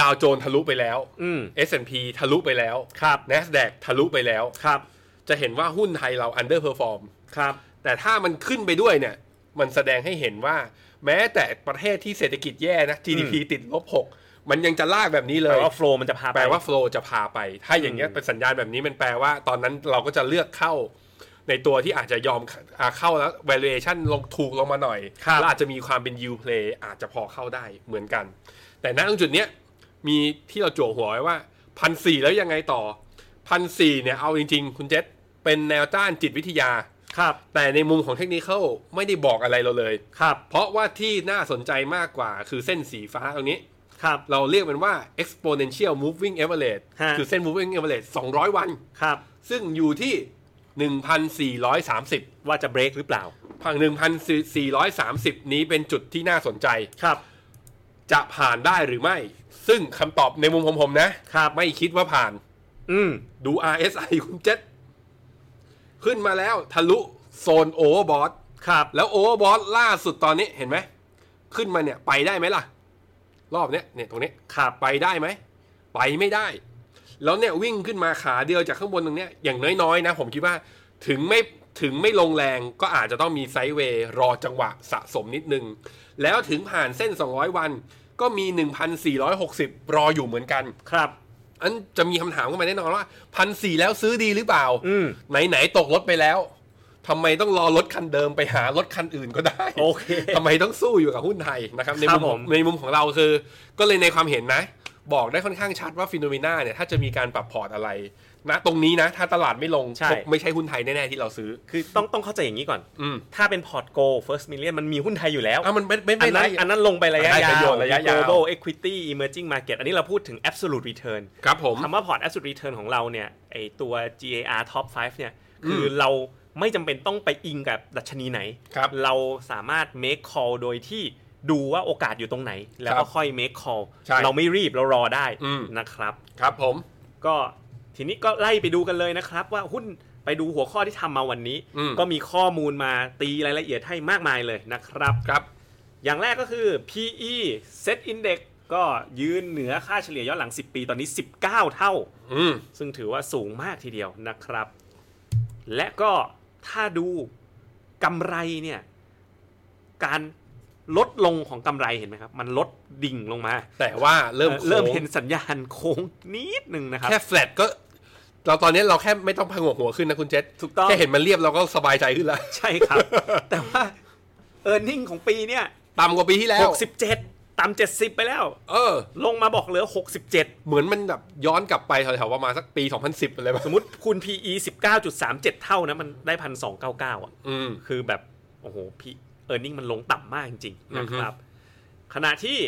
ดาวโจนส์ทะลุไปแล้ว อืม S&P ทะลุไปแล้ว ครับ NASDAQ ทะลุไปแล้ว ครับ จะเห็นว่าหุ้นไทยเรา underperform ครับ แต่ถ้ามันขึ้นไปด้วยเนี่ย มันแสดงให้เห็นว่าแม้แต่ประเทศที่เศรษฐกิจแย่นะ GDP ติดลบหกมันยังจะลากแบบนี้เล แปล ย ว่าโฟล์มันจะพาไป แปลว่าโฟลจะพาไป ถ้าอย่างเงี้ยเป็นสัญญาณแบบนี้มันแปลว่าตอนนั้นเราก็จะเลือกเข้า ในตัวที่อาจจะยอมอ่าเข้าแล้ว valuation ลงถูกลงมาหน่อย ครับ แล้วอาจจะมีความเป็น yield play อาจจะพอเข้าได้เหมือนกัน แต่ณตรงจุดเนี้ยมีที่เราจั่วหัวไว้ว่าพันสี่แล้วยังไงต่อพันสี่เนี่ยเอาจริง ๆ คุณเจษเป็นแนวต้านจิตวิทยา ครับ แต่ในมุมของเทคนิคไม่ได้บอกอะไรเราเลย ครับ เพราะว่าที่น่าสนใจมากกว่าคือเส้นสีฟ้าตรงนี้ ครับ เราเรียกมันว่า exponential moving average ฮะ คือเส้น moving average 200 วัน ครับ ซึ่งอยู่ที่ 1,430 ว่าจะเบรกหรือเปล่า พัง1,430 นี้เป็นจุดที่น่าสนใจ ครับ จะผ่านได้หรือไม่ ซึ่งคำตอบในมุมของผมนะครับ ไม่คิดว่าผ่าน อืม ดู RSI คุณเจษขึ้นมาแล้วทะลุโซน overbought ครับ แล้วโอเวอร์บอสล่าสุดตอนนี้เห็นไหม ขึ้นมาเนี่ยไปได้ไหมล่ะ รอบเนี้ยเนี่ยตรงนี้ ครับ ไปได้ไหม ไปไม่ได้ แล้วเนี่ยวิ่งขึ้นมาขาเดียวจากข้างบนตรงเนี้ยอย่างน้อยๆนะ ผมคิดว่าถึงไม่ถึงไม่ลงแรงก็อาจจะต้องมีไซด์เวย์รอจังหวะสะสมนิดนึง แล้วถึงผ่านเส้น 200 วันก็มี 1,460 รออยู่เหมือนกัน ครับ อันจะมีคำถามเข้ามาแน่นอนว่าพันสี่แล้วซื้อดีหรือเปล่า อืม ไหนๆตกรถไปแล้วทำไมต้องรอรถคันเดิมไปหารถคันอื่นก็ได้ โอเค ทำไมต้องสู้อยู่กับหุ้นไทยนะครับใน ครั มุ บ มของ ผม ในมุมของเราคือ ก็เลยในความเห็นนะ บอกได้ค่อนข้างชัดว่าฟิโนเมนาเนี่ยถ้าจะมีการปรับพอร์ตอะไรนะตรงนี้นะ ถ้าตลาดไม่ลง ใช่ ไม่ใช่หุ้นไทยแน่ๆที่เราซื้อ คือต้องต้องเข้าใจอย่างนี้ก่อน อืม ถ้าเป็นพอร์ตโก first million มันมีหุ้นไทยอยู่แล้ว อ่ะมันไม่ไม่ อั ไม่ น ไร นั้นอันนั้นลงไประยะ ได้ ยา ประโยว ชน์ระยะยาว global equity emerging market อันนี้เราพูดถึง absolute return ครับผม คำว่าพอร์ต absolute return ของเราเนี่ยไอตัว GAR top 5 เนี่ย อืม คือเราไม่จำเป็นต้องไปอิงกับดัชนีไหน ครับ เราสามารถ make call โดยที่ดูว่าโอกาสอยู่ตรงไหน แล้ว ครั ก็ บ ค่อย make call ใช่ เราไม่รีบเรารอได้ อืม นะครับ ครับผม ก็ทีนี้ก็ไล่ไปดูกันเลยนะครับว่าหุ้นไปดูหัวข้อที่ทำมาวันนี้ อืม ก็มีข้อมูลมาตีรายละเอียดให้มากมายเลยนะครับ ครับ อย่างแรกก็คือ PE Set Index ก็ยืนเหนือค่าเฉลี่ยย้อนหลัง 10 ปีตอนนี้ 19 เท่า อืม ซึ่งถือว่าสูงมากทีเดียวนะครับ และก็ถ้าดูกำไรเนี่ย การลดลงของกำไรเห็นไหมครับ มันลดดิ่งลงมา แต่ว่าเริ่ม เอ่อเริ่ม โค้ง เห็นสัญญาณโค้งนิดนึงนะครับ แค่แฟลตก็ เราตอนนี้เราแค่ไม่ต้องพงกหัวขึ้นนะคุณเจษ ถูกต้อง แค่เห็นมันเรียบเราก็สบายใจขึ้นแล้ว ใช่ครับ แต่ว่า e a r n i n g ของปีเนี่ย ต่ำกว่าปีที่แล้ว 67 ต่ำเจ็ดสิบไปแล้ว เออ ลงมาบอกเหลือหกสิบเจ็ด เหมือนมันแบบย้อนกลับไปแถวๆประมาณสักปี 2010อะไรแบบ สมมติคูณ PE สิบเก้าจุดสามเจ็ดเท่านะมันได้พันสองเก้าเก้าอ่ะ อืม คือแบบ โอ้โหพี่เออร์เน็งมันลงต่ำมากจริง ๆ นะครับ ขณะที่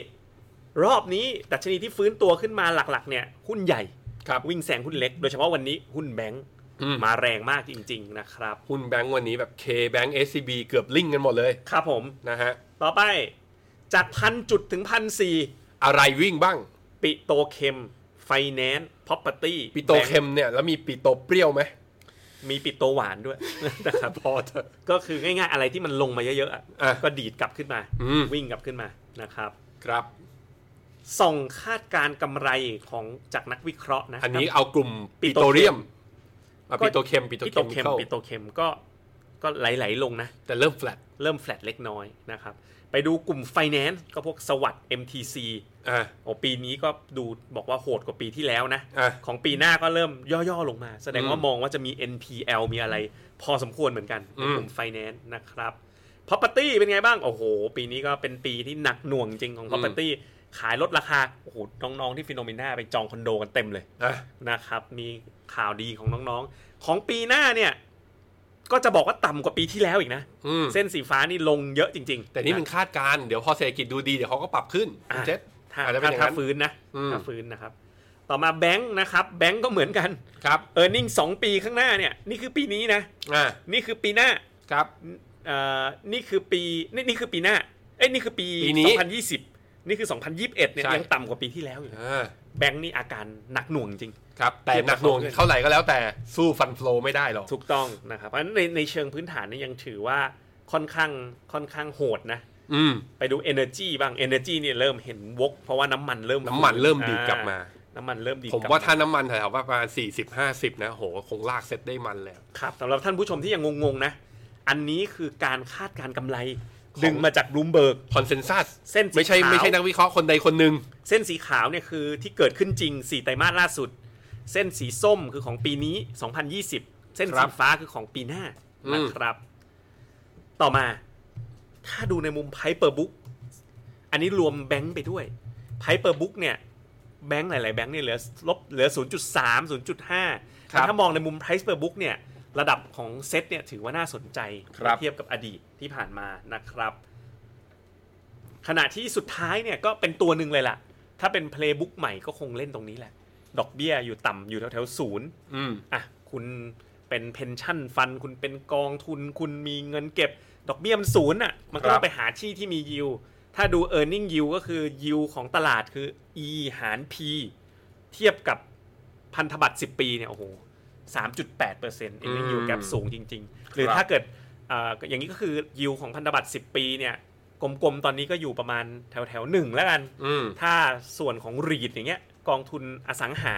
รอบนี้ดัชนีที่ฟื้นตัวขึ้นมาหลักๆ เนี่ย หุ้นใหญ่ ครับ วิ่งแซงหุ้นเล็ก โดยเฉพาะวันนี้หุ้นแบงก์ อืม มาแรงมากจริง ๆ นะครับ หุ้นแบงก์วันนี้แบบ K Bank SCB เกือบลิงก์กันหมดเลย ครับผม นะฮะ ต่อไปจากพันจุดถึงพันสี่ อะไรวิ่งบ้าง ปิโตเคมไฟแนนซ์พ r o พ e r t y ปิโตเคมเนี่ยแล้วมีปิโตเปรี้ยวไหม มีปิโตหวานด้วย (laughs) นะครับพอเถอะก็คือง่ายๆอะไรที่มันลงมาเยอะๆอะ อ่ะ ก็ดีดกลับขึ้นมา อืม วิ่งกลับขึ้นมานะครับ ครับ ส่องคาดการณ์กำไรของจากนักวิเคราะห์นะ อันนี้ ครับ เอากลุ่ม ปิ ปิ โต โต เรี เรี ย ย ม มอ่ะปิโตเคมปิโต ปิ เค โต ม เคม เข้า ปิโตเคมก็ก็ไหลๆลงนะ แต่เริ่มแฟลต เริ่มแฟลตเล็กน้อยนะครับ ไปดูกลุ่มไฟแนนซ์ก็พวกสวัสด์ MTC อ่ะ โอปีนี้ก็ดูบอกว่าโหดกว่าปีที่แล้วนะ อ่ะ ของปีหน้าก็เริ่มย่อๆลงมา แสดงว่า อืม มองว่าจะมี NPL มีอะไร พอสมควรเหมือนกันในกลุ่ม อืม ไฟแนนซ์นะครับ property เป็นไงบ้าง โอ้โห ปีนี้ก็เป็นปีที่หนักหน่วงจริงของ property ขายลดราคาโอ้โหน้องๆที่ฟิโนเมนาไปจองคอนโดกันเต็มเลย อ่ะ นะครับมีข่าวดีของน้องๆ ของปีหน้าเนี่ย ก็จะบอกว่าต่ำกว่าปีที่แล้วอีกนะ อืม เส้นสีฟ้านี่ลงเยอะจริงๆ แต่นี่มันะ คาดการณ์เดี๋ยวพอเศรษฐกิจดูดีเดี๋ยวเขาก็ปรับขึ้น อ่ะ เจ็ด ถ้า อาจจะเป็น ถ้า อย่าง ถ้า นั้น ฟื้นนะ อืม ถ้าฟื้นนะครับ ต่อมาแบงค์นะครับ แบงค์ก็เหมือนกัน ครับ เออร์เน็งสองปีข้างหน้าเนี่ย นี่คือปีนี้นะ อ่ะ นี่คือปีหน้า ครับ เอ่อนี่คือปีนี่นี่คือปีหน้า เอ้ยนี่คือปี ปีสนี้องพันยี่สิบนี่คือ2021เนี่ย ใช่ ยังต่ำกว่าปีที่แล้วอยู่นะ อ่า แบงค์นี่อาการหนักหน่วงจริง ครับ แต่หนักหน่วงเท่าไหร่ก็แล้วแต่สู้ฟันโฟลไม่ได้หรอก ถูกต้องนะครับเพราะฉะนั้นในในเชิงพื้นฐานนี่ยังถือว่าค่อนข้างค่อนข้างโหดนะ อืม ไปดู Energy บ้าง Energy เนี่ยเริ่มเห็นวก เพราะว่าน้ำมันเริ่ม น้ำมันเริ่มดีดกลับมา อ่น้ำมันเริ่มดีด ผม กลับ ว่าถ้าน้ำมันแถวๆประมาณสี่สิบห้าสิบนะโหคงลากเซ็ตได้มันแล้ว ครับสำหรับท่านผู้ชมที่ยังงงๆนะ อันนี้คือการคาดการณ์กำไร ของ ดึงมาจากบลูมเบิร์ก คอนเซนแซส เส้นสี ไม่ใช่ ขาว ไม่ใช่นักวิเคราะห์คนใดคนหนึ่ง เส้นสีขาวเนี่ยคือที่เกิดขึ้นจริง 4 ไตรมาสล่าสุด เส้นสีส้มคือของปีนี้ 2020 เส้น ครั สี บ ฟ้าคือของปีหน้า อืม นะครับ ต่อมา ถ้าดูในมุมไพเปอร์บุ๊กอันนี้รวมแบงก์ไปด้วยไพเปอร์บุ๊กเนี่ย แบงก์หลาย ๆ แบงก์เนี่ยเหลือลบเหลือ 0.3 0.5แต่ถ้ามองในมุมไพเปอร์บุ๊กเนี่ย ระดับของเซตเนี่ยถือว่าน่าสนใจ ครับ เมื่อเทียบกับอดีตที่ผ่านมานะครับ ขณะที่สุดท้ายเนี่ยก็เป็นตัวหนึ่งเลยล่ะ ถ้าเป็นเพลย์บุ๊กใหม่ก็คงเล่นตรงนี้แหละ ดอกเบี้ยอยู่ต่ำอยู่แถวๆศูนย์ อืม อ่ะ คุณเป็นเพนชั่นฟัน คุณเป็นกองทุน คุณมีเงินเก็บ ดอกเบี้ยมันศูนย์อ่ะ มันก็ต้อ ครั ง บ ไปหาที่ที่มียิว ถ้าดู e a r n i n g yield ก็คือยิวของตลาดคือ e หาร p เทียบกับพันธบัตร 10 ปีเนี่ยโอ้โห3.8%เปอร์เซ็นต์ e a r n i n g yield gap สูงจริง ๆ หรือ ครับ ถ้าเกิดเอ่ออย่างนี้ก็คือยิวของพันธบัตร 10 ปีเนี่ยกลมๆ ตอนนี้ก็อยู่ประมาณแถวๆหนึ่งแล้วกัน อืม ถ้าส่วนของรีดอย่างเงี้ยกองทุนอสังหา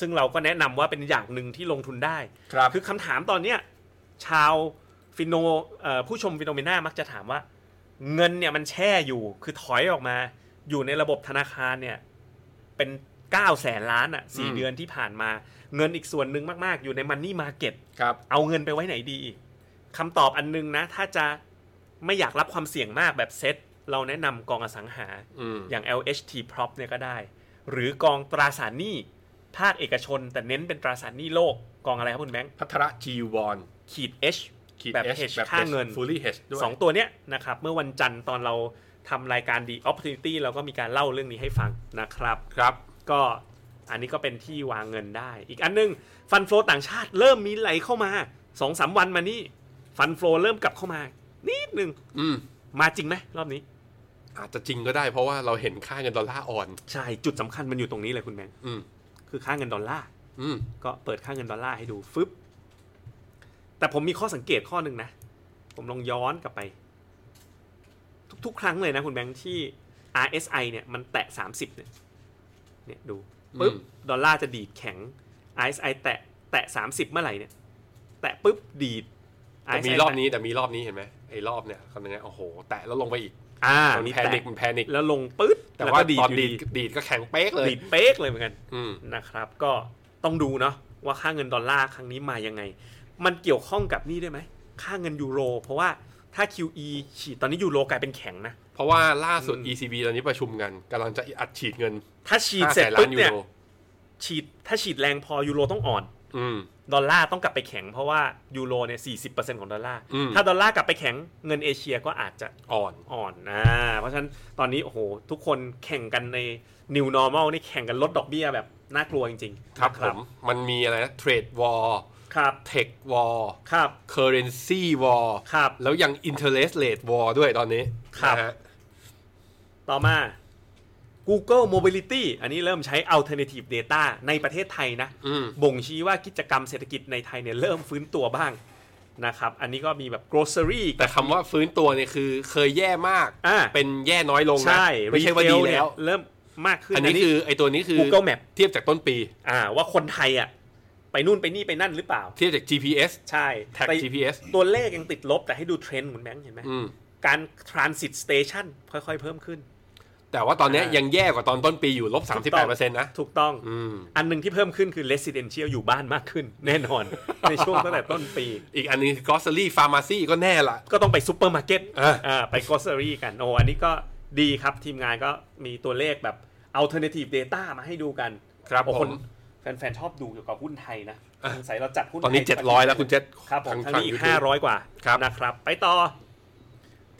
ซึ่งเราก็แนะนำว่าเป็นอย่างหนึ่งที่ลงทุนได้ ครับ คือคำถามตอนเนี้ยชาวฟิโนเอ่อผู้ชมฟิโนเมนามักจะถามว่า เงินเนี่ยมันแช่อยู่คือถอยออกมา อยู่ในระบบธนาคารเนี่ยเป็น9ก้าแสนล้านอะ่ะสี่เดือนที่ผ่านมา เงินอีกส่วนหนึ่งมากๆ อยู่ในมันนี่มาเก็ต ครับ เอาเงินไปไว้ไหนดีคำตอบอันนึงนะ ถ้าจะไม่อยากรับความเสี่ยงมากแบบเซ็ตเราแนะนำกองอสังหา อืม อย่าง LHT Prop เนี่ยก็ได้ หรือกองตราสารหนี้ภาคเอกชน แต่เน้นเป็นตราสารหนี้โลกกองอะไรครับคุณแบงค์ พัทระจีวอน ขีด H ขีด แบบ H H แบบ ค่าเงิน fully hedge ด้วย สองตัวเนี้ยนะครับ เมื่อวันจันทร์ตอนเราทำรายการ The Opportunity เราก็มีการเล่าเรื่องนี้ให้ฟังนะครับ ครับ ก็อันนี้ก็เป็นที่วางเงินได้ อีกอันนึงฟันโฟต่างชาติเริ่มมีไหลเข้ามาสองสามวันมานี่ฟันโฟเริ่มกลับเข้ามา นิดนึง อืม มาจริงไหมรอบนี้ อาจจะจริงก็ได้เพราะว่าเราเห็นค่าเงินดอลลาร์อ่อน ใช่จุดสำคัญมันอยู่ตรงนี้เลยคุณแมง อืม คือค่าเงินดอลลาร์ อืม ก็เปิดค่าเงินดอลลาร์ให้ดูฟึบแต่ผมมีข้อสังเกตข้อหนึ่งนะ ผมลองย้อนกลับไป ทุกๆ ครั้งเลยนะคุณแบงค์ที่ RSI เนี่ยมันแตะ 30 เนี่ย เนี่ยดูปุ๊บ อืม ดอลลาร์จะดีดแข็ง RSI แตะแตะ 30 เมื่อไหร่เนี่ย แตะปุ๊บดีด แต่มี RSI รอบนี้แต่มีรอบนี้เห็นไหมไอ้รอบเนี่ยคำนึงนะโอ้โห แตะแล้วลงไปอีก อ่า มัน มี แพนิ แตะ คมันแพนิค แล้วลงปุ๊บ แต่ ล้ ว่า ก็ ตอน ยู่ ดีดดีดก็แข็งเป๊กเลย ดีดเป๊กเลยเหมือนกัน อืม นะครับ ก็ต้องดูเนาะว่าค่าเงินดอลลาร์ครั้งนี้มายังไง มันเกี่ยวข้องกับนี่ด้วยไหม ค่าเงินยูโร เพราะว่าถ้า QE ฉีดตอนนี้ยูโรกลายเป็นแข็งนะ เพราะว่าล่าสุด ECB ตอนนี้ประชุมกันกำลังจะอัดฉีดเงิน ถ้าฉีด 5 เสร็ แส จ น ปุ๊ ล้า บ นยู เนี่ย โร ฉีดถ้าฉีดแรงพอยูโรต้องอ่อน อืม ดอลลาร์ต้องกลับไปแข็งเพราะว่ายูโรเนี่ยสี่สิบเปอร์เซ็นของดอลลาร์ อืม ถ้าดอลลาร์กลับไปแข็งเงินเอเชียก็อาจจะ อ่อน อ่อนนะ เพราะฉะนั้นตอนนี้โอ้โหทุกคนแข่งกันใน new normal นี่แข่งกันลดดอกเบี้ยแบบน่ากลัวจริงๆ ครับ นะ ผมมันมีอะไรนะเทรดวอล ครับ เทควอล ครับ เคอร์เรนซีวอล ครับ แล้วยังอินเทอร์เ t สเลทวอลด้วยตอนนี้ ครับ นะฮะ ต่อมา Google Mobility อันนี้เริ่มใช้ alternative data ในประเทศไทยนะ อืม บ่งชี้ว่ากิจกรรมเศรษฐกิจในไทยเนี่ยเริ่มฟื้นตัวบ้างนะครับ อันนี้ก็มีแบบ grocery แต่คำว่าฟื้นตัวเนี่ยคือเคยแย่มาก อ่า เป็นแย่น้อยลงนะ ใช่ ไม่ใช่ว่าดี retail แล้ว เนี่ยเริ่มมากขึ้น อันนี้คือไอตัวนี้คือ Google Map เทียบจากต้นปี อ่าว่าคนไทยอ่ะไปนู่นไปนี่ไปนั่นหรือเปล่า เทียบจาก GPS ใช่ แท็ก แต่ GPS ตัวเลขยังติดลบแต่ให้ดูเทรนด์เหมือนแบงค์เห็นไหม อืม การ transit station ค่อยๆ เพิ่มขึ้น แต่ว่าตอนเนี้ย อ่ายั ยังแย่กว่าตอนต้นปีอยู่ลบ38%นะ ถูกต้อง อืม อันหนึ่งที่เพิ่มขึ้นคือ residential อยู่บ้านมากขึ้น แน่นอน ในช่วงตั้งแต่ต้นปี อีกอันนึง grocery pharmacy ก็แน่ละ ก็ต้องไปซูเปอร์มาร์เก็ต เอออ่ าไปก r o เซอรี่กัน โอ้อันนี้ก็ดีครับทีมงานก็มีตัวเลขแบบ alternative data มาให้ดูกัน ครับ โอ้ ผ คน ม แฟนๆ ชอบดูเกี่ยวกับหุ้นไทยนะ อ่ะ สงสัยเราจัดหุ้น ตอนนี้ ไทย 700 แล้วคุณเจษ ครับผม ทา ทาง ง ฝั่ง นี้ YouTube 500 กว่า ครับ นะครับ ไปต่อ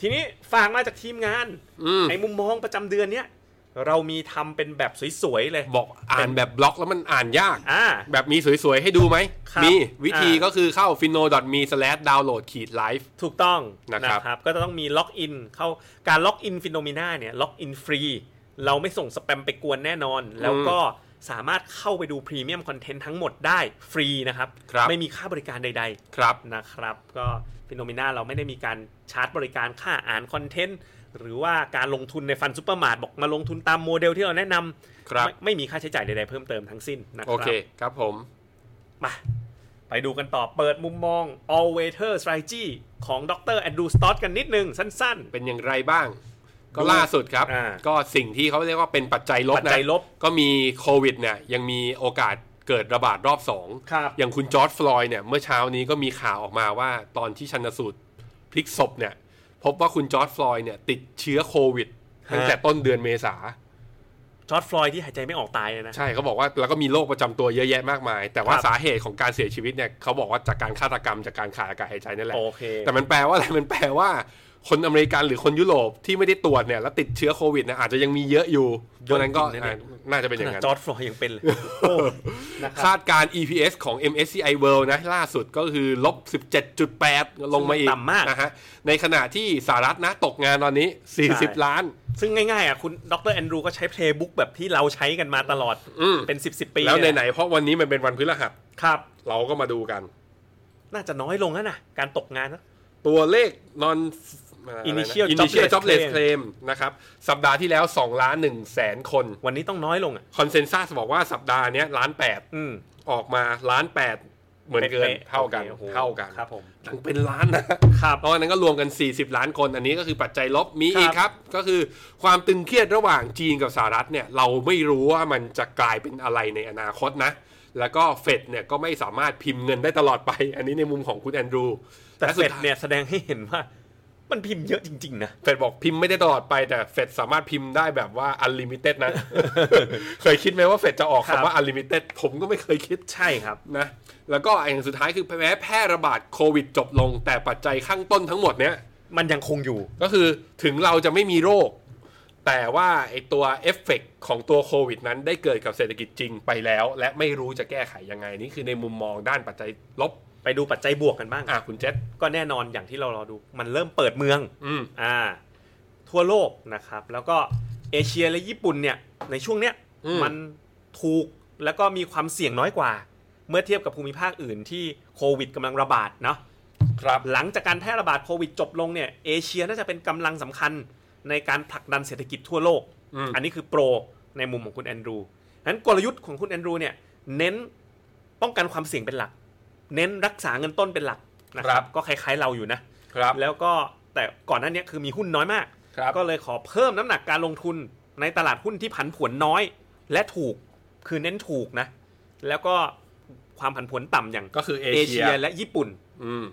ทีนี้ฝากมาจากทีมงาน อืม ในมุมมองประจำเดือนเนี้ยเรามีทำเป็นแบบสวยๆเลย บอกอ่านแบบบล็อกแล้วมันอ่านยาก อ่า แบบมีสวยๆ ให้ดูไหม ครับ มีวิธี อ่า ก็คือเข้า fino.me/download-live ถูกต้อง นะครับ ก็จะต้องมีล็อกอินเข้าการล็อกอินฟิโนมิน่าเนี่ยล็อกอินฟรี เราไม่ส่งสแปมไปกวนแน่นอน แล้วก็สามารถเข้าไปดูพรีเมียมคอนเทนต์ทั้งหมดได้ฟรีนะครับ ครับ ไม่มีค่าบริการใด ครับ ๆ นะครับ ก็ฟิโนมิน่าเราไม่ได้มีการชาร์จบริการค่าอ่านคอนเทนต์ หรือว่าการลงทุนในฟันซูเปอร์มาร์ทบอกมาลงทุนตามโมเดลที่เราแนะนำ ครับ ไม่ไม่มีค่าใช้จ่ายใดๆเพิ่มเติมทั้งสิ้นนะค โอ รับ เคครับผม มาไปดูกันต่อเปิดมุมมอง all weather strategy ของดรแอนดรูสตอตกันนิดนึง สั้น เป็นอย่างไรบ้าง ก็ ดู ล่าสุดครับ อ่า ก็สิ่งที่เขาเรียกว่าเป็นปัจจัยลบ ปัจ นะ จัยลบ ก็มีโควิดเนี่ยยังมีโอกาสเกิดระบาดรอบสอง ครับ อย่างคุณจอร์ดฟลอยด์เนี่ยเมื่อเช้านี้ก็มีข่าวออกมาว่าตอนที่ชันสูตรพลิกศพเนี่ย พบว่าคุณจอร์ดฟลอยด์เนี่ยติดเชื้อโควิด ฮะ ตั้งแต่ต้นเดือนเมษา ๆจอร์ดฟลอยด์ที่หายใจไม่ออกตายเลยนะ ใช่เขาบอกว่าแล้วก็มีโรคประจำตัวเยอะแยะมากมาย แต่ว่า ครับ สาเหตุของการเสียชีวิตเนี่ยเขาบอกว่าจากการฆาตกรรมจากการขาดอากาศหายใจนั่นแหละ โอเค แต่มันแปลว่าอะไร มันแปลว่า คนอเมริกันหรือคนยุโรปที่ไม่ได้ตรวจเนี่ยแล้วติดเชื้อโควิดเนี่ยอาจจะยังมีเยอะอยู่ เย ดั อะ งนั้นก็ จริงนะเนี่ย อ่าน่าจะเป็นอย่างนั้น จอร์ดฟลอยด์ยังเป็นเลยโอ้นะครับ คาดการณ์ EPS ของ MSCI World นะล่าสุดก็คือลบ 17.8 ลงมาอีก ต่ำมาก นะฮะในขณะที่สหรัฐนะตกงานตอนนี้ 40 ล้าน ซึ่งง่ายๆอ่ะคุณดรแอนดรูก็ใช้เพลย์บุ๊กแบบที่เราใช้กันมาตลอด อืม เป็น 10บสปี แล้ว เนี่ย ไหนๆเพราะวันนี้มันเป็นวันพฤหัส ครับ เราก็มาดูกัน น่าจะน้อยลงแล้วนะ การตกงานนะ ตัวเลข non Initial initial jobless jobless claim claim นะครับสัปดาห์ที่แล้ว2ล้าน1แสนคน วันนี้ต้องน้อยลงอ่ะ คอนเซนแซสบอกว่าสัปดาห์เนี้ยล้านแปด อืม ออกมาล้านแปดเหมือนเกิน เป๊ะๆ เท่ากัน โอเคโอ้โห เท่ากัน ครับผม ทั้งเป็นล้านนะครับ เพราะฉะนั้นก็รวมกัน 40 ล้านคนอันนี้ก็คือปัจจัยลบมี ครับ อีกครับ ก็คือความตึงเครียดระหว่างจีนกับสหรัฐเนี่ยเราไม่รู้ว่ามันจะกลายเป็นอะไรในอนาคตนะ แล้วก็เฟดเนี่ยก็ไม่สามารถพิมพ์เงินได้ตลอดไป อันนี้ในมุมของคุณแอนดรู แต่ และ เฟ สุ ด ท้า เนี่ยแสดงให้เห็นว่ามันพิมพ์เยอะจริงๆนะ เฟดบอกพิมพ์ไม่ได้ตลอดไปแต่เฟดสามารถพิมพ์ได้แบบว่าอันลิมิเต็ด (laughs) นะ เคยคิดไหมว่าเฟดจะออก ครับ คำว่าอันลิมิเต็ดผมก็ไม่เคยคิด ใช่ครับ นะแล้วก็อย่างสุดท้ายคือแม้แพร่ระบาดโควิดจบลง แต่ปัจจัยข้างต้นทั้งหมดเนี้ย มันยังคงอยู่ ก็คือถึงเราจะไม่มีโรค แต่ว่าไอตัวเอฟเฟกของตัวโควิดนั้นได้เกิดกับเศรษฐกิจจริงไปแล้ว และไม่รู้จะแก้ไขยังไง นี่คือในมุมมองด้านปัจจัยลบ ไปดูปัจจัยบวกกันบ้าง อ่ะคุณเจษ ก็แน่นอนอย่างที่เรารอดู มันเริ่มเปิดเมือง อืม อ่า ทั่วโลกนะครับ แล้วก็เอเชียและญี่ปุ่นเนี่ย ในช่วงเนี้ย อืม มันถูกแล้วก็มีความเสี่ยงน้อยกว่า เมื่อเทียบกับภูมิภาคอื่นที่โควิดกำลังระบาดเนาะ ครับ หลังจากการแพร่ระบาดโควิดจบลงเนี่ยเอเชียน่าจะเป็นกำลังสำคัญในการผลักดันเศรษฐกิจทั่วโลก อืม อันนี้คือโปรในมุมของคุณแอนดรูนั้นกลยุทธ์ของคุณแอนดรูเนี่ยเน้นป้องกันความเสี่ยงเป็นหลัก เน้นรักษาเงินต้นเป็นหลักนะครับก็คล้ายๆเราอยู่นะ ครับ แล้วก็แต่ก่อนหน้านี้คือมีหุ้นน้อยมาก ครับ ก็เลยขอเพิ่มน้ำหนักการลงทุนในตลาดหุ้นที่ผันผวนน้อย และถูกคือเน้นถูกนะ แล้วก็ความผันผวนต่ำอย่าง ก็คือเอ เอ เชี เชี ย ยและญี่ปุ่น อืม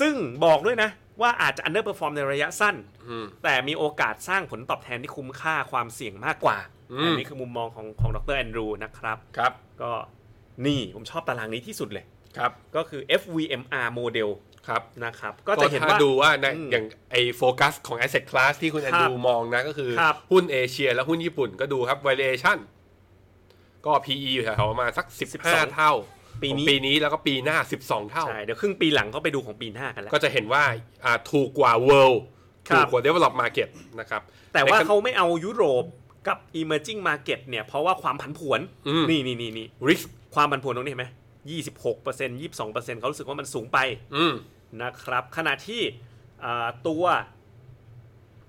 ซึ่งบอกด้วยนะ ว่าอาจจะ underperform ในระยะสั้น อืม แต่มีโอกาสสร้างผลตอบแทนที่คุ้มค่าความเสี่ยงมากกว่า อืม อันนี้คือมุมมองของของดรแอนดรูนะครับ ครับ ก็นี่ผมชอบตารางนี้ที่สุดเลย ครับ ก็คือ FVMR โมเดล ครับ นะครับ ก็ ก็ จะ เห็ เห็ น น ว่า ว่า ดูว่านะ อืม อย่างไอโฟกัสของ asset class ที่คุณแอนดรู ครับ มองนะก็คือ ครับ หุ้นเอเชียและหุ้นญี่ปุ่นก็ดูครับ valuation ก็ PE อยู่แถวๆประมาณสัก 15 เท่า ปี ของ นี้ ปีนี้แล้วก็ปีหน้า 12 เท่า ใช่เดี๋ยวครึ่งปีหลังก็ไปดูของปีหน้ากันแล้ว ก็จะเห็นว่าอ่าถูกกว่า world ครับ ถูกกว่า develop market นะครับ แต่ว่า ในขณะ เขาไม่เอายุโรปกับ emerging market เนี่ย เพราะว่าความผันผวน อืม นี่นี่นี่นี่ risk ความผันผวนตรงนี้เห็นไหมยี่สิบหกเปอร์เซ็นต์ยี่สิบสองเปอร์เซ็นต์เขารู้สึกว่ามันสูงไป อืม นะครับ ขณะที่อ่าตัว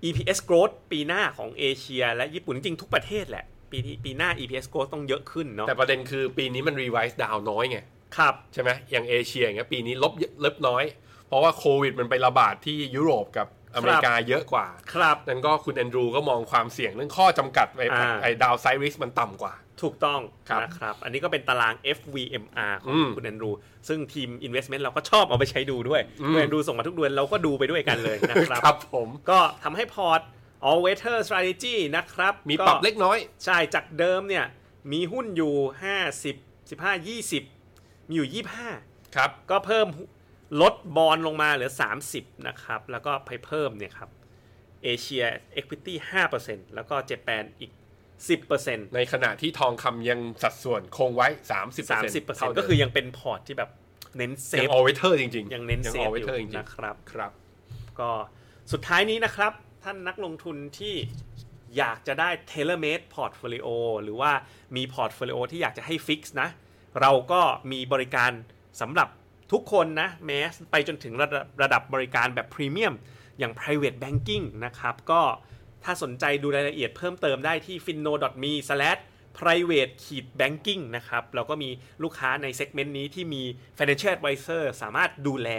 EPS growth ปีหน้าของเอเชีย และญี่ปุ่นจริงๆทุกประเทศแหละ ปีนี้ปีหน้า EPS growth ต้องเยอะขึ้นเนาะ แต่ประเด็นคือปีนี้มัน revise down น้อยไง ครับ ใช่ไหมอย่างเอเชียอย่างเงี้ยปีนี้ลบเยอะลบน้อย เพราะว่าโควิดมันไประบาดที่ยุโรปกับอเมริกาเยอะกว่า ครับ นั้นก็คุณแอนดรูก็มองความเสี่ยงเรื่องข้อจำกัดไอ้ อ่า ไอ้ดาวไซริสมันต่ำกว่า ถูกต้อง ครับ นะครับ อันนี้ก็เป็นตาราง FVMR ขอ อื ง ม คุณแอนดรู ซึ่งทีม Investment เราก็ชอบเอาไปใช้ดูด้วย อืม คุณแอนดรูส่งมาทุกเดือนเราก็ดูไปด้วยกันเลยนะครั (laughs) ครับผม ก็ทำให้พอร์ต all weather strategy นะครับ มีปรับเล็กน้อย ใช่จากเดิมเนี่ย มีหุ้นอยู่ 50 15 20 มีอยู่ ครับ 25 ก็เพิ่มลดบอลลงมาเหลือ 30 นะครับ แล้วก็ไปเพิ่มเนี่ยครับเอเชีย equity 5%แล้วก็เจแปนอีก 10% ในขณะที่ทองคำยังสัดส่วนคงไว้ 30 30%ก็คือยังเป็นพอร์ตที่แบบเน้นเซ ยัฟงออเวเทอร์จริงๆ ยังเน้นเซฟ ออเว อยู่ เทอร์จริง นะ ๆ ครับ ครับ ก็สุดท้ายนี้นะครับ ท่านนักลงทุนที่อยากจะได้ t a i l o r m a d e Portfolio หรือว่ามี Portfolio ที่อยากจะให้ฟิกซ์นะ เราก็มีบริการสำหรับทุกคนนะแม้ไปจนถึงระดับระดับบริการแบบพรีเมียม อย่าง private banking นะครับ ก็ถ้าสนใจดูรายละเอียดเพิ่มเติมได้ที่ finno.me/private-banking นะครับ เราก็มีลูกค้าในเซกเมนต์นี้ที่มี financial advisor สามารถดูแล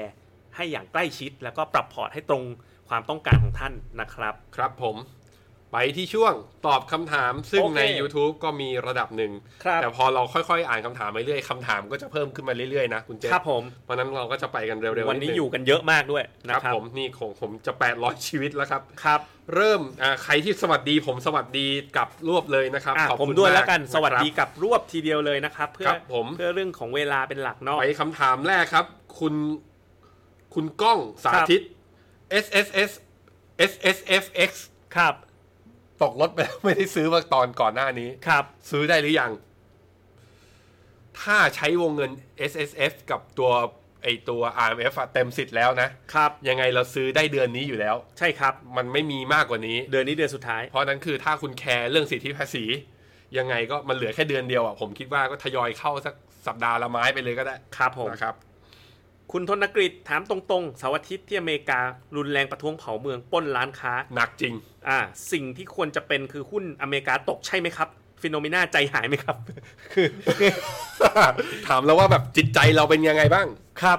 ให้อย่างใกล้ชิดแล้วก็ปรับพอร์ตให้ตรงความต้องการของท่านนะครับ ครับผม ไปที่ช่วงตอบคำถามซึ่ง โอเค ใน YouTube ก็มีระดับหนึ่ง ครับ แต่พอเราค่อยๆ อ่านคำถามไปเรื่อยคำถามก็จะเพิ่มขึ้นมาเรื่อยๆนะคุณเจษ ครับผม เพราะฉะนั้นเราก็จะไปกันเร็วๆ วันนี้ ดง อยู่กันเยอะมากด้วย ค นะ รับ ครับ ผมนี่ของผมจะ800ชีวิตแล้วครับ ครับ เริ่มอ่าใครที่สวัสดีผมสวัสดีกลับรวบเลยนะครับ อ่ะ ขอบ ผ คุณ มด้วยแล้วกัน มาะค ส รับ วัสดีกับรวบทีเดียวเลยนะครับ เพื่อ ครับผม เพื่อเรื่องของเวลาเป็นหลักเนอก ไปคำถามแรกครับ คุณคุณก้องสาธิต S S S S S F X ครับ ตกรถไปแล้วไม่ได้ซื้อมาตอนก่อนหน้านี้ ครับ ซื้อได้หรือยัง ถ้าใช้วงเงิน S S F กับตัวไอตัว R M F อะเต็มสิทธิ์แล้วนะ ครับ ยังไงเราซื้อได้เดือนนี้อยู่แล้ว ใช่ครับ มันไม่มีมากกว่านี้ เดือนนี้เดือนสุดท้าย เพราะนั้นคือถ้าคุณแคร์เรื่องสิทธิภาษี ยังไงก็มันเหลือแค่เดือนเดียวอ่ะผมคิดว่าก็ทยอยเข้าสักสัปดาห์ละไม้ไปเลยก็ได้ ครับผม นะครับ คุณธนกฤษถามตรงๆเสาร์อาทิตย์ที่อเมริการุนแรงประท้วงเผาเมืองปล้นร้านค้า หนักจริง อ่าสิ่งที่ควรจะเป็นคือหุ้นอเมริกาตกใช่ไหมครับ ฟิโนเมนาใจหายไหมครับ คือ (laughs) ถามแล้วว่าแบบจิตใจเราเป็นยังไงบ้าง ครับ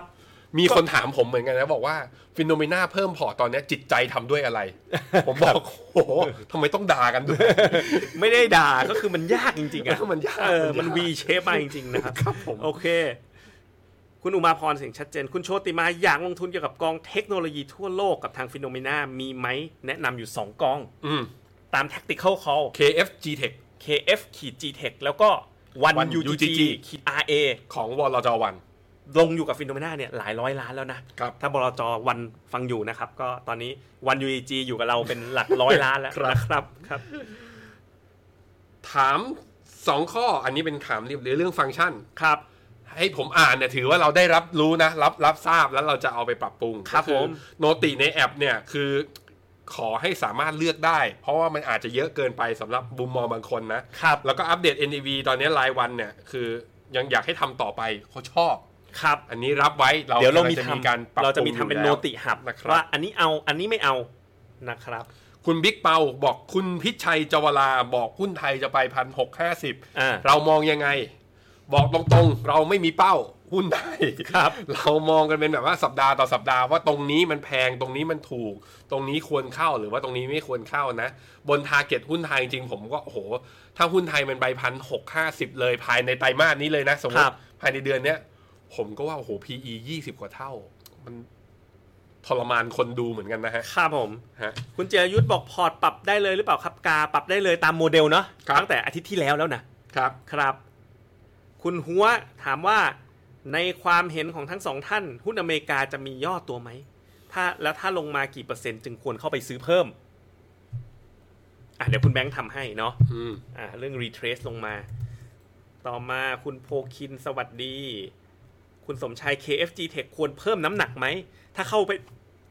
มีคนถามผมเหมือนกันนะบอกว่าฟิโนเมนาเพิ่มพอร์ตตอนเนี้ยจิตใจทำด้วย (laughs) อะไร ผมบอกโอ้โหทำไมต้องด่ากันด้วย ไม่ได้ด่าก็คือมันยากจริงๆอะ เออมันยาก เออ มั มันน ยาก วีเชฟมาจริงๆนะครับ ครับผม โอเค คุณอุมาพรเสียงชัดเจน คุณโชติมาอยากลงทุนเกี่ยวกับกองเทคโนโลยีทั่วโลกกับทางฟิโนเมนามีไหม แนะนำอยู่ 2 กอง อืม ตาม Tactical Call KFG Tech KF ขีด GTech แล้วก็ One One UGG UGG ขีด RA ของวอลจวัน ลงอยู่กับฟิโนเมนาเนี่ยหลายร้อยล้านแล้วนะ ครับ ถ้าบลจวันฟังอยู่นะครับ ก็ตอนนี้วัน UGG อยู่กับเราเป็นหลักร้อยล้านแล้ว ครับ นะครับครับ ถามสองข้ออันนี้เป็นถามเรียบเรียงเรื่องฟังก์ชัน ครับ ให้ผมอ่านเนี่ยถือว่าเราได้รับรู้นะ รับรับทราบแล้วเราจะเอาไปปรับปรุง ครับ ก็อ ผม โนติในแอปเนี่ยคือขอให้สามารถเลือกได้ เพราะว่ามันอาจจะเยอะเกินไปสำหรับมุมมองบางคนนะครับ แล้วก็อัปเดต NAV ตอนนี้รายวันเนี่ย คือยังอยากให้ทำต่อไปเขาชอบ ครับ อันนี้รับไว้เรา เดี๋ยวเรามี กำลังจะ ทำ มีการปรับ เราจะมี ป ทำ งอยู่ เป็น แล้ว โนติหับ นะครับ ว่าอันนี้เอาอันนี้ไม่เอานะครับ คุณบิ๊กเปาบอกคุณพิชัยจวราบอกหุ้นไทยจะไปพันหกห้าสิบ อ่า เรามองยังไง บอกตรงๆ เราไม่มีเป้าหุ้นไทย ครับ (laughs) เรามองกันเป็นแบบว่าสัปดาห์ต่อสัปดาห์ว่าตรงนี้มันแพงตรงนี้มันถูก ตรงนี้ควรเข้าหรือว่าตรงนี้ไม่ควรเข้านะ บนทาร์เก็ตหุ้นไทยจริงๆผมก็โอ้โห ถ้าหุ้นไทยมันไปพันหกห้าสิบเลยภายในไตรมาสนี้เลยนะ สมม ครั ติ บ ภายในเดือนเนี้ย ผมก็ว่าโอ้โห PE ยี่สิบกว่าเท่า มัน ทรมานคนดูเหมือนกันนะฮะ ครับผม ฮะ คุณเจรยุทธบอกพอร์ตปรับได้เลยหรือเปล่าครับกาปรับได้เลยตามโมเดลเนาะ ครับ ตั้งแต่อาทิตย์ที่แล้วแล้วนะ ครับ ครับ คุณหัวถามว่าในความเห็นของทั้งสองท่าน หุ้นอเมริกาจะมีย่อตัวไหม ถ้าแล้วถ้าลงมากี่เปอร์เซ็นต์จึงควรเข้าไปซื้อเพิ่ม อ่ะเดี๋ยวคุณแบงค์ทำให้เนาะ อืม อ่ะเรื่อง retrace ลงมา ต่อมาคุณโพคินสวัสดี คุณสมชาย KFG Tech ควรเพิ่มน้ำหนักไหม ถ้าเข้าไป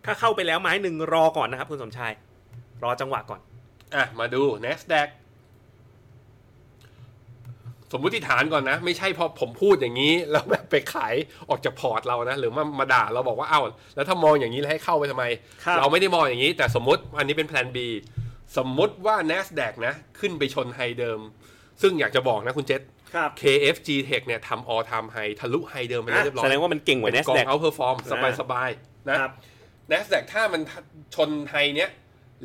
ถ้าเข้าไปแล้วไม้หนึ่งรอก่อนนะครับ คุณสมชาย รอจังหวะก่อน อ่ะ มาดู NASDAQ สมมุติฐานก่อนนะ ไม่ใช่พอผมพูดอย่างนี้ (laughs) แล้วแบบไปขายออกจากพอร์ตเรานะ หรือมามาด่าเราบอกว่าเอ้าวแล้วถ้ามองอย่างนี้แล้วให้เข้าไปทำไม ครับ เราไม่ได้มองอย่างนี้ แต่สมมติอันนี้เป็นแพลน B สมมติว่า NASDAQ นะ ขึ้นไปชนไฮเดิม ซึ่งอยากจะบอกนะคุณเจษ ครับ KFG Tech เนี่ยทำ all time high ทะลุไฮเดิมไปเรียบร้อย แสดงว่ามันเก่งกว่า เป็นกอง NASDAQ เอาเพอร์ฟอร์มสบายๆนะ ครับ n a s d a q ถ้ามันชนไทยเนี้ย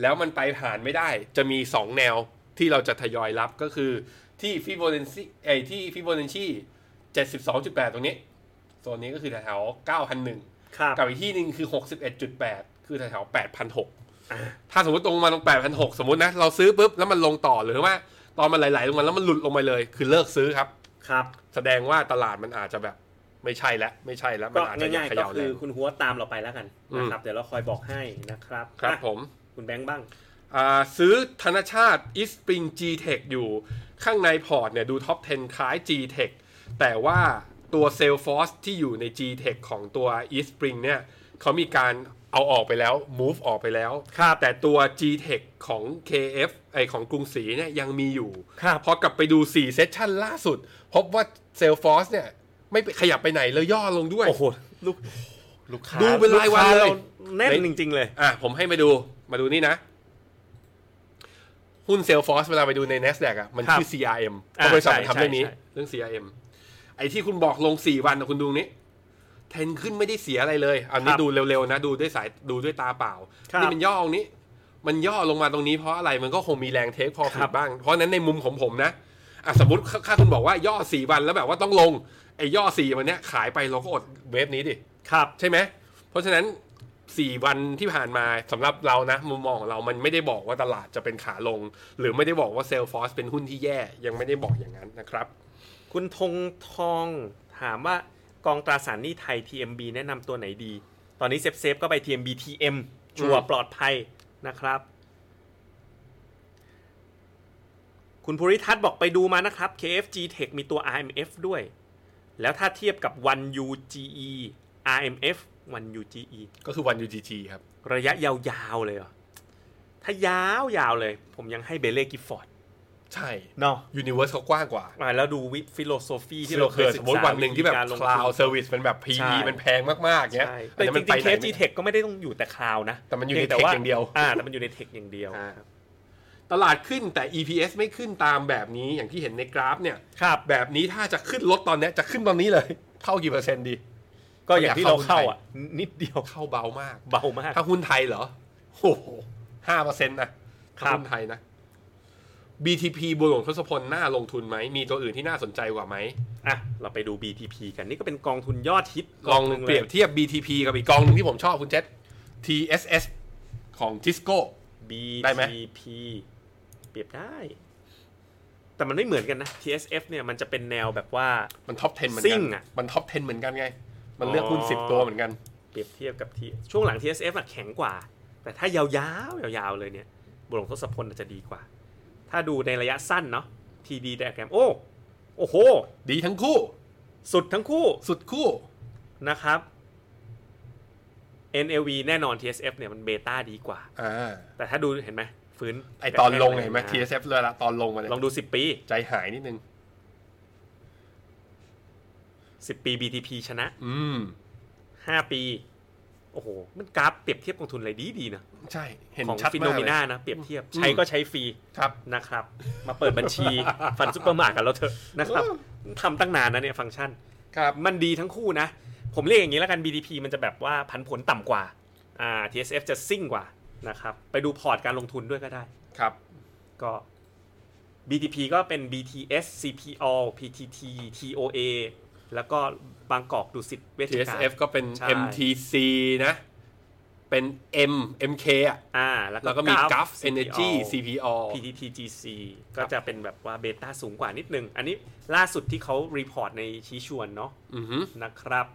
แล้วมันไปผ่านไม่ได้ จะมี 2 แนวที่เราจะทยอยรับก็คือที่ฟิโบนัชชีไอยที่ฟิโบนัชชี72.8 ตรงนี้โซนนี้ก็คือแถวๆ9,001 ครับ กับอีกที่หนึ่งคือ 61.8 คือแถวๆ8,006 ถ้าสมมติตรงมาลง 8,006 สมมตินะ เราซื้อปุ๊บ แล้วมันลงต่อหรือว่า ตอนมันไหลๆลงมาแล้วมันหลุดลงไปเลย คือเลิกซื้อครับ ครับ แสดงว่าตลาดมันอาจจะแบบไม่ใช่แล้วไม่ใช่แล้วมัน ก็ อาจจะ ง่าย ข ๆก็ ยาว คื แร อง คุณหัวตามเราไปแล้วกัน อืม นะครับ เดี๋ยวเราคอยบอกให้นะครับ ครับ อ่ะ ผม คุณแบงค์บ้าง อ่าซื้อธนชาติ e s p r i n g G Tech อยู่ข้างในพอร์ตเนี่ยดูท็อป 10 คล้าย G Tech แต่ว่าตัว Salesforce ที่อยู่ใน G Tech ของตัว e s p r i n g เนี่ยเขามีการเอาออกไปแล้ว move ออกไปแล้ว ครับ แต่ตัว G Tech ของ KF ไอของกรุงศรีเนี่ยยังมีอยู่ ครับ พอกลับไปดู 4 เซสชันล่าสุด พบว่า Salesforce เนี่ยไม่ขยับไปไหนเลยย่อลงด้วย โอ้โหลูก ลูกค้า ดูเป็นรายวันเลย ลูกค้าเรา แน่น ไหน จริง ๆ เลย อ่ะผมให้มาดูมาดูนี่นะ หุ้นเซลฟอร์สเวลาไปดูใน NASDAQ อ่ะมันชื่ครัอบ CRM เพ อ่า ราะบริษัทมัน ใช่ ทำเรื่องนี้ ใช่ เรื่อง CRM ไอ้ที่คุณบอกลง 4 วันนะคุณดูนี้เทรนขึ้นไม่ได้เสียอะไรเลย อันนี้ ครับ ดูเร็วๆนะ ดูด้วยสายดูด้วยตาเปล่า ครับ นี่มันย่อตรงนี้ มันย่อลงมาตรงนี้เพราะอะไรมันก็คงมีแรงเทคพอ ค ผิ รั ด บ บ้าง เพราะฉะนั้นในมุมของผมนะอ่ะสมมติค่าคุณบอกว่าย่อ 4 วันแล้วแบบว่าต้องลงไอ้ย่อ4วันเนี้ยขายไปเราก็อดเวฟนี้ดิ ครับ ใช่ไหม เพราะฉะนั้น 4 วันที่ผ่านมาสำหรับเรานะ มุมมองของเรามันไม่ได้บอกว่าตลาดจะเป็นขาลง หรือไม่ได้บอกว่าเซลฟอร์สเป็นหุ้นที่แย่ยังไม่ได้บอกอย่างนั้นนะครับ คุณธงทองถามว่ากองตราสารหนี้ไทย TMB แนะนำตัวไหนดี ตอนนี้เซฟเซฟๆก็ไป TMB TM ชัวร์ อืม ปลอดภัยนะครับ คุณภูริทัศน์บอกไปดูมานะครับ KFG Tech มีตัว RMF ด้วย แล้วถ้าเทียบกับ 1UGE RMF 1UGE ก็คือวัน UGG ครับ ระยะยาวๆเลยเหรอ ถ้ายาวๆเลย ผมยังให้เบเล่กิฟฟอร์ด ใช่ เนาะ ยูนิเวอร์สเขากว้างกว่า แล้วดูวิฟิโลโซฟีที่ ที่ เรา เรา เค เค ย ย ศึ ส ก ม ษาม ติวันหนึ่งที่แบบ ลงทุ cloud service มันแบบ ใช่ PE มันแพงมากๆเนี้ย ใช่ อัน แต่ นั้น จ มันไป ริงๆ ไหน KFG ไม่ได้ Tech ก็ไม่ได้ต้องอยู่แต่คลาวนะ แต่มันอยู่ใน พีง Tech อย่างเดียว อ่าแต่มันอยู่ในเทคอย่างเดียว อ่าตลาดขึ้นแต่ EPS ไม่ขึ้นตามแบบนี้อย่างที่เห็นในกราฟเนี่ย ครับ แบบนี้ถ้าจะขึ้นลดตอนเนี้ยจะขึ้นตอนนี้เลยเข้ากี่เปอร์เซ็นต์ดี ก็อย่างที่เราเข้า อยากเข้า อ่ะ นิดเดียว เข้าเบามาก เบามาก ถ้าหุ้นไทยเหรอ โอ้โหห้าเปอร์เซ็นต์นะ ครับถ้าหุ้นไทยนะ BTP บัวหลวงทศพลน่าลงทุนไหม มีตัวอื่นที่น่าสนใจกว่าไหม อ่ะเราไปดู BTP กันนี่ก็เป็นกองทุนยอดฮิต ลอง หนึ่ เปรียบ ล เทียบ BTP กับอีกกองหนึงที่ผมชอบคุณเจษ TSS ของ Tisco BTP ได้ไหม เปรียบได้ แต่มันไม่เหมือนกันนะ TSF เนี่ยมันจะเป็นแนวแบบว่า มันท็อป 10 เหมือน ซิ่ กั ง น อะ มันท็อป 10 เหมือนกันไง มันเลือกหุ้น 10 ตัวเหมือนกัน เปรียบเทียบกับที่ช่วงหลัง TSF อะแข็งกว่า แต่ถ้ายาวๆยาวๆเลยเนี่ยบุหลงทศพลอาจจะดีกว่า ถ้าดูในระยะสั้นเนาะ TD diagram โอ้โอ้โห ดีทั้งคู่ สุดทั้งคู่ สุดคู่ นะครับ NAV แน่นอน TSF เนี่ยมันเบต้าดีกว่า อ่า แต่ถ้าดูเห็นไหมฟื้น ไอตอนลง แรกเห็นไหมๆะ TSS เลยละตอนลงมาเลย ลองดู 10 ปี ใจหายนิดนึง 10 ปี BTP ชนะ อืม 5 ปี โอ้โห มันกราฟเปรียบเทียบกองทุนอะไรดีดีๆนะ ใช่ เห็น ของ ชัด ฟิ มา โน ก มิ เลย น่านะ เปรียบเทียบ ใช้ก็ใช้ฟรี ครับ นะครับ มาเปิดบัญชี (laughs) ฟันซุปเปอร์มาร์ทกันแล้วเถอะนะครับทำตั้งนานนะเนี่ยฟังก์ชัน ครับ มันดีทั้งคู่นะ ผมเรียกอย่างนี้แล้วกัน BDP มันจะแบบว่าพันผลต่ำกว่าอ่า TSF จะซิ่งกว่านะครับ ไปดูพอร์ตการลงทุนด้วยก็ได้ ครับ ก็ BTP ก็เป็น BTS CPO PTT TOA แล้วก็บางกอกดุสิตเวชการ TSF ก็เป็น ใช่ MTC นะ เป็น M MK อ่ะ อ่า แล้ว แล้วก็มี รา g u f CPO Energy CPO PTTGC ก็จะเป็นแบบว่าเบต้าสูงกว่านิดนึง อันนี้ล่าสุดที่เขารีพอร์ตในชี้ชวนเนาะ อือฮึ นะครับ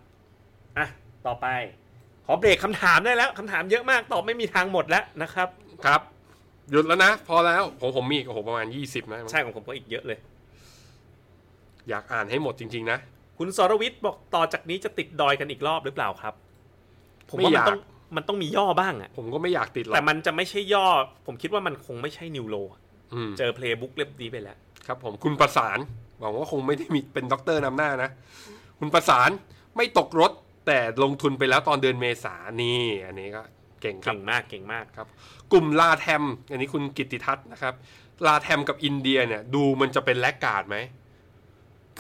อ่ะ ต่อไป ขอเบรกคำถามได้แล้วคำถามเยอะมากตอบไม่มีทางหมดแล้วนะครับ ครับ หยุดแล้วนะ พอแล้วผมผมมีอีกโอ้โหประมาณ 20 นะ ใช่ของผมก็อีกเยอะเลย อยากอ่านให้หมดจริง ๆ นะ คุณสรวิทย์บอกต่อจากนี้จะติดดอยกันอีกรอบหรือเปล่าครับ ผมว่า ไม่มันอยาก ต้องมันต้องมีย่อบ้างอะ ผมก็ไม่อยากติดหรอ แต่ ก มันจะไม่ใช่ย่อ ผมคิดว่ามันคงไม่ใช่นิวโรอะ อืม เจอเพลย์บุ๊กเล่มนี้ไปแล้ว ครับผมคุณประสานหวังว่าคงไม่ได้มี (laughs) เป็นด็อกเตอร์นำหน้านะ คุณประสานไม่ตกรถ แต่ลงทุนไปแล้วตอนเดือนเมษานี่ อันนี้ก็เก่งครับ เก่งมากเก่งมาก ครับกลุ่มลาแทม อันนี้คุณกิตติทัศน์นะครับลาแทมกับอินเดียเนี่ยดูมันจะเป็นแลกการ์ดไหม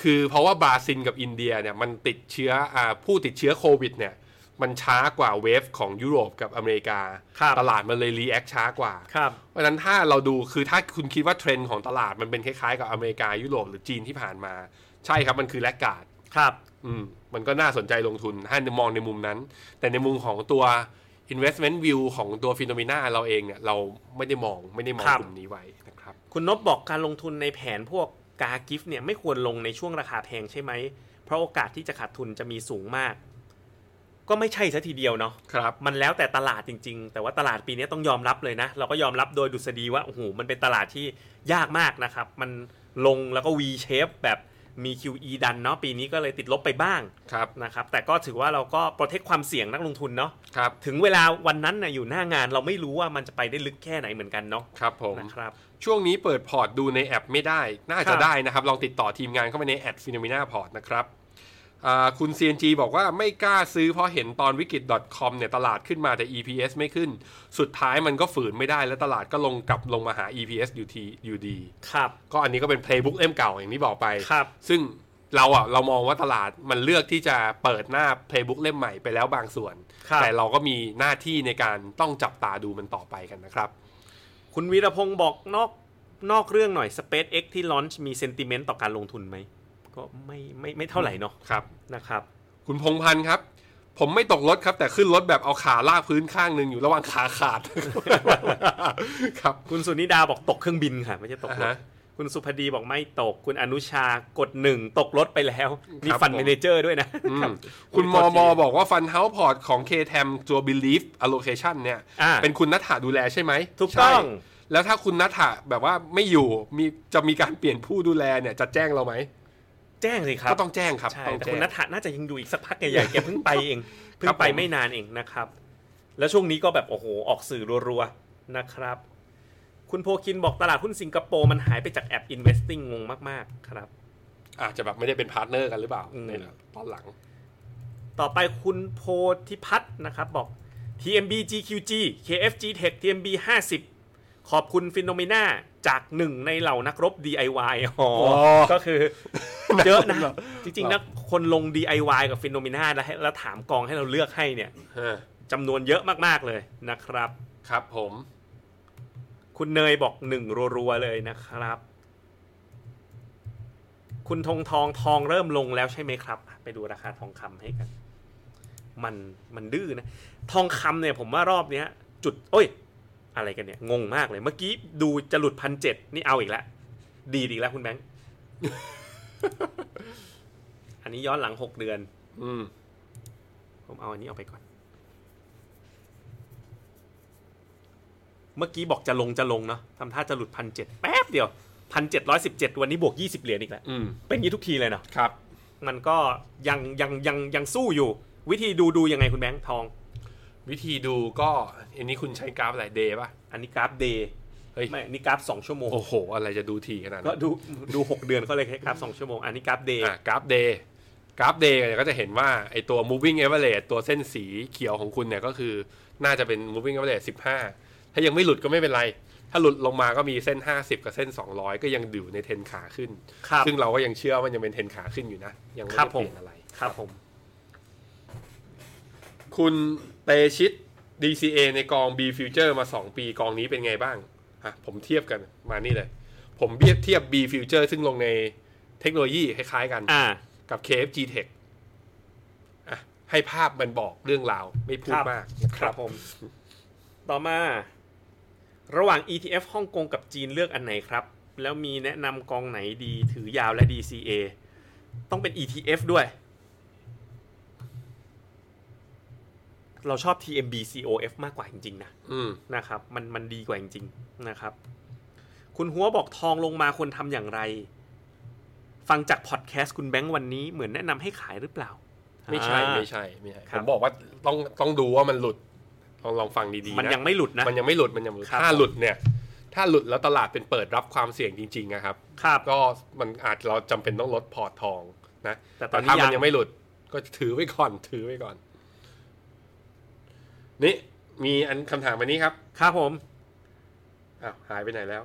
คือเพราะว่าบราซิลกับอินเดียเนี่ยมันติดเชื้ออ่าผู้ติดเชื้อโควิดเนี่ยมันช้ากว่าเวฟของยุโรปกับอเมริกา ครับ ตลาดมันเลยรีแอคช้ากว่า ครับ เพราะฉะนั้นถ้าเราดูคือถ้าคุณคิดว่าเทรนด์ของตลาดมันเป็นคล้ายๆกับอเมริกายุโรปหรือจีนที่ผ่านมา ใช่ครับมันคือแลกการ์ด ครับ อืมมันก็น่าสนใจลงทุนถ้ามองในมุมนั้น แต่ในมุมของตัว investment view ของตัวฟิโนเมนาเราเองเนี่ย เราไม่ได้มองไม่ได้มอง ครับ กลุ่มนี้ไว้นะครับ คุณนบบอกการลงทุนในแผนพวกกากิฟเนี่ยไม่ควรลงในช่วงราคาแพงใช่ไหม เพราะโอกาสที่จะขาดทุนจะมีสูงมาก ก็ไม่ใช่ซะทีเดียวเนาะ ครับ มันแล้วแต่ตลาดจริง ๆ แต่ว่าตลาดปีนี้ต้องยอมรับเลยนะ เราก็ยอมรับโดยดุษฎีว่าโอ้โหมันเป็นตลาดที่ยากมากนะครับ มันลงแล้วก็ V shape แบบมี QE ดันเนาะปีนี้ก็เลยติดลบไปบ้าง ครับ นะครับแต่ก็ถือว่าเราก็โปรเทคความเสี่ยงนักลงทุนเนาะ ครับ ถึงเวลาวันนั้นนะอยู่หน้างานเราไม่รู้ว่ามันจะไปได้ลึกแค่ไหนเหมือนกันเนาะ ครับผม นะครับ ช่วงนี้เปิดพอร์ตดูในแอปไม่ได้ น่า ครั จะ บ ได้นะครับ ลองติดต่อทีมงานเข้าไปในแอดฟิโนเมนาพอร์ตนะครับอ่าคุณ CNG บอกว่าไม่กล้าซื้อเพราะเห็นตอนวิกฤต .com เนี่ยตลาดขึ้นมาแต่ EPS ไม่ขึ้น สุดท้ายมันก็ฝืนไม่ได้และตลาดก็ลงกลับลงมาหา EPS อยู่ทีอยู่ดี ครับ ก็อันนี้ก็เป็น playbook เล่มเก่าอย่างที่บอกไป ครับ ซึ่งเราอ่ะเรามองว่าตลาดมันเลือกที่จะเปิดหน้า playbook เล่มใหม่ไปแล้วบางส่วน ครับ แต่เราก็มีหน้าที่ในการต้องจับตาดูมันต่อไปกันนะครับ คุณวีรพงศ์บอกนอกนอกเรื่องหน่อย SpaceX ที่ลอนช์มีเซนติเมนต์ต่อการลงทุนไหม ก็ไม่ไม่ไม่เท่าไหร่เนาะ ครับ นะครับ คุณพงพันธ์ครับ ผมไม่ตกรถครับ แต่ขึ้นรถแบบเอาขาลากพื้นข้างหนึ่งอยู่ระหว่างขาขาด (laughs) ครับ คุณสุนิดาบอกตกเครื่องบินค่ะ ไม่ใช่ตก อ่าร ถ ฮะ คุณสุพดีบอกไม่ตก คุณอนุชากดหนึ่งตกรถไปแล้วนี่ ครับ ฟัน ผม เมเนเจอร์ด้วยนะ อื รับ มคุณม โท อ ษ ม ที อบอกว่าฟันเฮาพอร์ตของ KTM ตัว Belief Allocation เนี่ย อ่า เป็นคุณนัฐาดูแลใช่ไหม ถูกต้อง ใช่แล้วถ้าคุณนัฐาแบบว่าไม่อยู่มีจะมีการเปลี่ยนผู้ดูแลเนี่ยจะแจ้งเราไหม แจ้งสิครับ ก็ต้องแจ้งครับ ใช่ ต้อง แต่ แจ้ คุณ ง นัทะน่าจะยังอยู่อีกสักพักใหญ่ๆแกเพิ่งไปเองเพิ่ ครั ง บผม ไปไม่นานเองนะครับ แล้วช่วงนี้ก็แบบโอ้โหออกสื่อรัวๆนะครับ คุณโพคินบอกตลาดหุ้นสิงคโปร์มันหายไปจากแอป Investing งงมากๆครับ อาจจะแบบไม่ได้เป็นพาร์ทเนอร์กันหรือเปล่า อืม ในตอนหลัง ต่อไปคุณโพธิพัฒน์นะครับบอก TMB GQG KFG Tech TMB 50 ขอบคุณฟินโนเมนาจากหนึ่งในเหล่านักรบ DIY อ๋อ อ๋อ ก็คือ เย (laughs) อะนะ จริงๆนะคนลง DIY กับฟินโนเมนาแล้วให้แล้วถามกองให้เราเลือกให้เนี่ย เออ จำนวนเยอะมากๆเลยนะครับ ครับผม คุณเนยบอกหนึ่งรัวๆเลยนะครับ คุณทองทองทองเริ่มลงแล้วใช่ไหมครับ ไปดูราคาทองคำให้กัน มันมันดื้อนะ ทองคำเนี่ยผมว่ารอบเนี้ย จุด โอ้ย อะไรกันเนี่ย งงมากเลย เมื่อกี้ดูจะหลุดพันเจ็ดนี่เอาอีกแล้วดีดอีกแล้วคุณแบงค์ (laughs) อันนี้ย้อนหลังหกเดือน อืม ผมเอาอันนี้ออกไปก่อน เมื่อกี้บอกจะลงจะลงเนาะทำท่าจะหลุดพันเจ็ดแป๊บเดียวพันเจ็ดร้อยสิบเจ็ดวันนี้บวกยี่สิบเหรียญอีกแล้ว อืม เป็นงี้ทุกทีเลยเนาะ ครับ มันก็ยังยังยังยังสู้อยู่ วิธีดูดูยังไงคุณแบงค์ทอง วิธีดูก็ อันนี้คุณใช้กราฟอะไรเดย์ป่ะ อันนี้กราฟเดย์ เฮ้ย ไม่อันนี่กราฟสองชั่วโมง โอ้โห อะไรจะดูทีขนาด ก็ นั้น ดูดูหกเดือนก็เลยแค่กราฟสองชั่วโมง อันนี้กราฟเดย์ อ่ะกราฟเดย์กราฟเดย์เนี่ยก็จะเห็นว่าไอตัว moving average ตัวเส้นสีเขียวของคุณเนี่ยก็คือน่าจะเป็น moving average 15 ถ้ายังไม่หลุดก็ไม่เป็นไร ถ้าหลุดลงมาก็มีเส้น 50 กับเส้น 200 ก็ยังอยู่ในเทรนขาขึ้น ครับ ซึ่งเราก็ยังเชื่อว่ามันยังเป็นเทรนขาขึ้นอยู่นะ ยังไม่ ครั ได้ บ เป ผม ลี่ยนอะไร ครับผม คุณเตชิต DCA ในกอง B Future มา 2 ปีกองนี้เป็นไงบ้างอ่ะผมเทียบกันมานี่เลย ผมเทียบเทียบ B Future ซึ่งลงในเทคโนโลยีคล้ายๆกัน อ่า กับ KFG Tech อ่ะ ให้ภาพมันบอกเรื่องราวไม่พูดมากนะ ค ค รั รั บบ ผม ต่อมา ระหว่าง ETF ฮ่องกงกับจีนเลือกอันไหนครับ แล้วมีแนะนำกองไหนดีถือยาวและ DCA ต้องเป็น ETF ด้วย เราชอบ TMB COF มากกว่าจริง ๆ นะ อืม นะครับมันมันดีกว่าจริงๆนะครับ คุณหัวบอกทองลงมาควรทำอย่างไร ฟังจากพอดแคสต์คุณแบงค์วันนี้เหมือนแนะนำให้ขายหรือเปล่า ไม่ใช่ อ่า ไม่ใช่ไม่ใช่ ค ผ รับ มบอกว่าต้องต้องดูว่ามันหลุด ลองลองฟังดีๆ มัน นะ ยังไม่หลุดนะ มันยังไม่หลุดมันยังไม่หลุด ครับ ถ้าหลุดเนี่ย ถ้าหลุดแล้วตลาดเป็นเปิดรับความเสี่ยงจริงๆนะครับ ครับ ก็มันอาจเราจำเป็นต้องลดพอร์ตทองนะ แต่ตอนนี้ ถ้ามั ยัง ยังไม่หลุด ก็ถือไว้ก่อนถือไว้ก่อน นี่มีอันคำถามอันนี้ครับ ครับผม อ้าวหายไปไหนแล้ว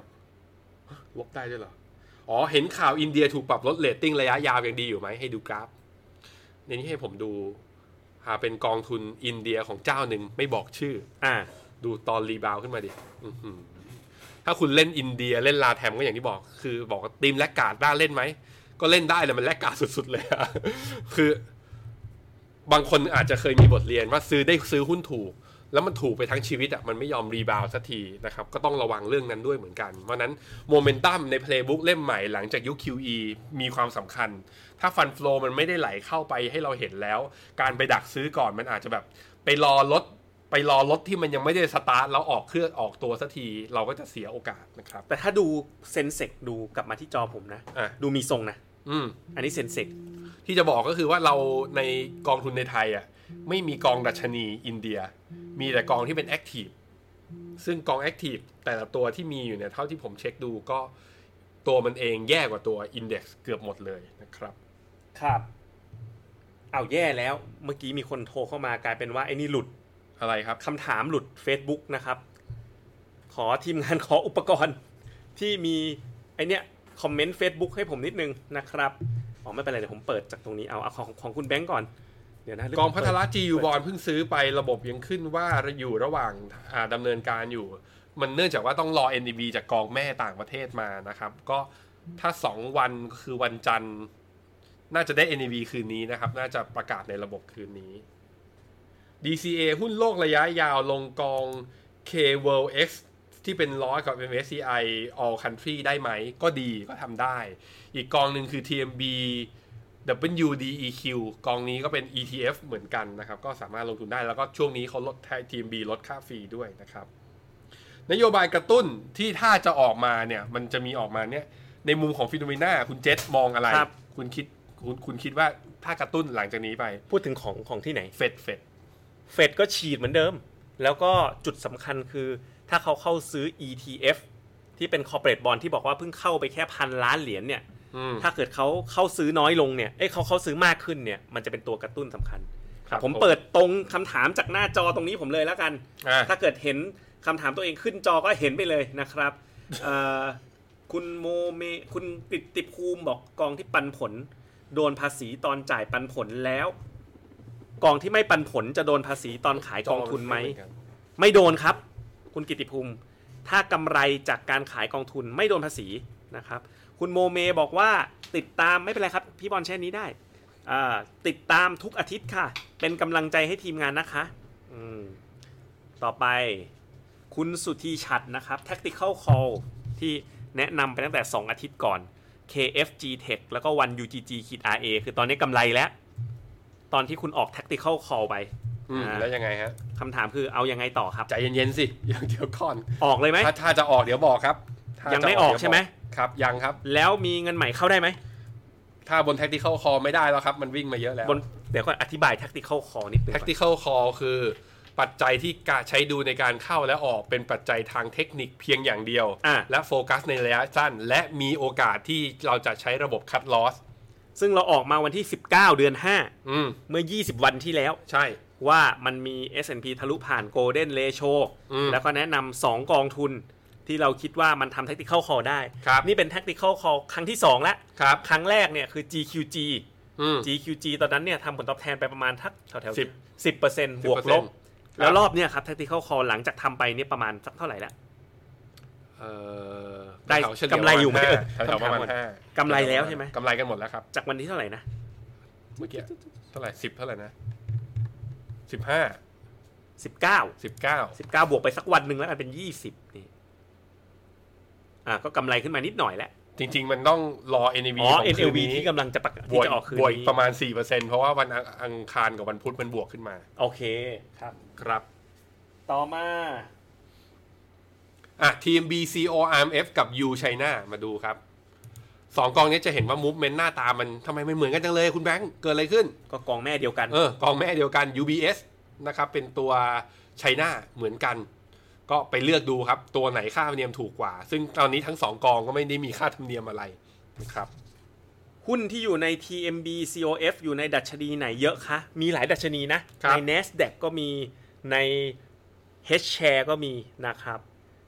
ลบได้ด้วยเหรออ๋อเห็นข่าวอินเดียถูกปรับลดเรตติ้งระยะยาวยังดีอยู่ไหมให้ดูกราฟในนี้ให้ผมดูหาเป็นกองทุนอินเดียของเจ้าหนึ่งไม่บอกชื่อ อ่า ดูตอนรีบาวด์ขึ้นมาดิอื้อหือถ้าคุณเล่นอินเดียเล่นลาแทมก็อย่างที่บอก คือบอกว่าทีมแลกการ์ดได้เล่นไหม ก็เล่นได้แต่มันแลกการ์ดสุดๆเลยอะ (laughs) คือ บางคนอาจจะเคยมีบทเรียนว่าซื้อได้ซื้อหุ้นถูก แล้วมันถูกไปทั้งชีวิตอ่ะมันไม่ยอมรีบาวด์สักทีนะครับ ก็ต้องระวังเรื่องนั้นด้วยเหมือนกัน เพราะฉะนั้นโมเมนตัมในเพลย์บุ๊กเล่มใหม่หลังจากยุค QE มีความสำคัญ ถ้าฟันฟลอมันไม่ได้ไหลเข้าไปให้เราเห็นแล้ว การไปดักซื้อก่อนมันอาจจะแบบ ไปรอรถไปรอรถที่มันยังไม่ได้สตาร์ทแล้วออกเครื่องออกตัวสักที เราก็จะเสียโอกาสนะครับ แต่ถ้าดูเซนเซกดูกลับมาที่จอผมนะ อ่ะ ดูมีทรงนะ อืม อันนี้เซนเซก ที่จะบอกก็คือว่าเราในกองทุนในไทยอ่ะไม่มีกองดัชนีอินเดีย มีแต่กองที่เป็นแอคทีฟซึ่งกองแอคทีฟแต่ละตัวที่มีอยู่เนี่ยเท่าที่ผมเช็คดูก็ตัวมันเองแย่กว่าตัวอินเด็กซ์เกือบหมดเลยนะครับ ครับเอาวแย่แล้ว เมื่อกี้มีคนโทรเข้ามากลายเป็นว่าไอ้นี่หลุด อะไรครับ คำถามหลุด Facebook นะครับ ขอทีมงาน (laughs) ขออุปกรณ์ ที่มีไอเนี้ยคอมเมนต์ Facebook ให้ผมนิดนึงนะครับอ๋อไม่เป็นไรเดี๋ยวผมเปิดจากตรงนี้เอาเอาของของคุณแบงก์ก่อน เดี๋ยวนะห กองพัผทมเปิด ละจียูบอลเพิ่งซื้อไประบบยังขึ้นว่าอยู่ระหว่างอ่าดำาเนินการอยู่ มันเนื่องจากว่าต้องรอ NDB จากกองแม่ต่างประเทศมานะครับ ก็ถ้า 2 วันคือวันจันทร์ น่าจะได้ NDB คืนนี้นะครับ น่าจะประกาศในระบบคืนนี้ DCA หุ้นโลกระยะยาวลงกอง K World X ที่เป็นร้อยกับ MSCI All Country ได้ไหม ก็ดีก็ทำได้ อีกกองหนึ่งคือ TMB WDEQ กองนี้ก็เป็น ETF เหมือนกันนะครับ ก็สามารถลงทุนได้แล้วก็ช่วงนี้เขาลด TMB ลดค่าฟรีด้วยนะครับ นโยบายกระตุ้นที่ถ้าจะออกมาเนี่ย มันจะมีออกมาเนี่ย ในมุมของฟิโนเมนาคุณเจษมองอะไร ครับ ณคิดคุณคุณคิดว่าถ้ากระตุ้นหลังจากนี้ไป พูดถึงของของที่ไหน เฟดเฟด เฟดก็ฉีดเหมือนเดิม แล้วก็จุดสำคัญคือถ้าเขาเข้าซื้อ ETF ที่เป็น corporate bond ที่บอกว่าเพิ่งเข้าไปแค่พันล้านเหรียญเนี่ย อืม ถ้าเกิดเขาเข้าซื้อน้อยลงเนี่ย เอ้ยเขาเข้าซื้อมากขึ้นเนี่ย มันจะเป็นตัวกระตุ้นสำคัญ ครับ ผม ผม เปิดตรงคำถามจากหน้าจอตรงนี้ผมเลยแล้วกัน อ่ะ ถ้าเกิดเห็นคำถามตัวเองขึ้นจอก็เห็นไปเลยนะครับเอ่อคุณโมเม คุณติดติดภูมิบอกกองที่ปันผล โดนภาษีตอนจ่ายปันผลแล้ว กองที่ไม่ปันผลจะโดนภาษีตอนขายกองทุนไหม ไม่โดนครับ คุณกิติภูมิ ถ้ากำไรจากการขายกองทุนไม่โดนภาษีนะครับ คุณโมเมบอกว่าติดตามไม่เป็นไรครับ พี่บอลแช่นี้ได้อ่าติดตามทุกอาทิตย์ค่ะ เป็นกำลังใจให้ทีมงานนะคะอืมต่อไป คุณสุธีชัดนะครับ Tactical Call ที่แนะนำไปตั้งแต่ 2 อาทิตย์ก่อน KFG Tech แล้วก็วัน UGG ขีด RA คือตอนนี้กำไรแล้ว ตอนที่คุณออก Tactical Call ไป อืม อ่า แล้วยังไงฮะ คำถามคือเอายังไงต่อครับ ใจเย็นๆสิ (laughs) อย่างเดียวก่อน ออกเลยไหม ถ้าถ้าจะออกเดี๋ยวบอกครับถ้าจะ ยังไม่ออกใช่ไหม เดี๋ยวบอกครับ ยังครับ แล้วมีเงินใหม่เข้าได้ไหม ถ้าบน tactical call ไม่ได้แล้วครับ มันวิ่งมาเยอะแล้ว บนเดี๋ยวก่อนอธิบาย tactical call นิดนึงก่อน tactical call คือปัจจัยที่การใช้ดูในการเข้าและออกเป็นปัจจัยทางเทคนิคเพียงอย่างเดียว อ่ะ และโฟกัสในระยะสั้น และมีโอกาสที่เราจะใช้ระบบคัดลอส ซึ่งเราออกมาวันที่ 19 เดือน อืม 5 เมื่อ 20 วันที่แล้ว ใช่ ว่ามันมี S&P ทะลุผ่าน Golden Ratio อืม แล้วก็แนะนำสองกองทุน ที่เราคิดว่ามันทำ tactical call ได้ ครับ นี่เป็น tactical call ครั้งที่ 2 แล้ว ครับ ครั้งแรกเนี่ยคือ GQG อืม GQG ตอนนั้นเนี่ยทำผลตอบแทนไปประมาณทักแถวๆ สิบ สิบเปอร์เซ็นต์บวกลบ แล้วรอบเนี่ยครับ tactical call หลังจากทำไปเนี่ยประมาณสักเท่าไหร่แล้ว เอ่อ ได้ แถวเฉลี่ กำไรอยู่ไหมเอ่ย แถวๆประมาณ คำถามก่อน ห้าก ำ ก ไรแล้วใช่ไหม กำไรกันหมดแล้วครับ จากวันที่เท่าไหร่นะ เมื่อกี้เท่าไหร่สิบเท่าไหร่นะ สิบห้า สิบเก้า สิบเก้า สิบเก้าบวกไปสักวันหนึ่งแล้วกันเป็นยี่สิบนี่ อ่า ก็กำไรขึ้นมานิดหน่อยแหละ จริง ๆ มันต้องรอ NAV อ๋อ ของคืน NLV นี้ ที่กำลังจะประกาศ บ ที่ วก จะออกคืน บวก นี้ ประมาณ4%เพราะว่าวันอังคารกับวันพุธมันบวกขึ้นมา โอเคครับ ครับ ต่อมา อ่ะทีม BCO RMF กับ U China มาดูครับสองกองนี้จะเห็นว่ามูฟเมนต์หน้าตามันทำไมไม่เหมือนกันจังเลยคุณแบงค์เกิดอะไรขึ้น ก็กองแม่เดียวกัน เออกองแม่เดียวกัน UBS นะครับ เป็นตัวไชน่าเหมือนกัน ก็ไปเลือกดูครับ ตัวไหนค่าธรรมเนียมถูกกว่า ซึ่งตอนนี้ทั้งสองกองก็ไม่ได้มีค่าธรรมเนียมอะไรนะครับ หุ้นที่อยู่ใน TMB COF อยู่ในดัชนีไหนเยอะคะ มีหลายดัชนีนะ ครับ ใน NASDAQ ก็มี ใน H share ก็มีนะครับ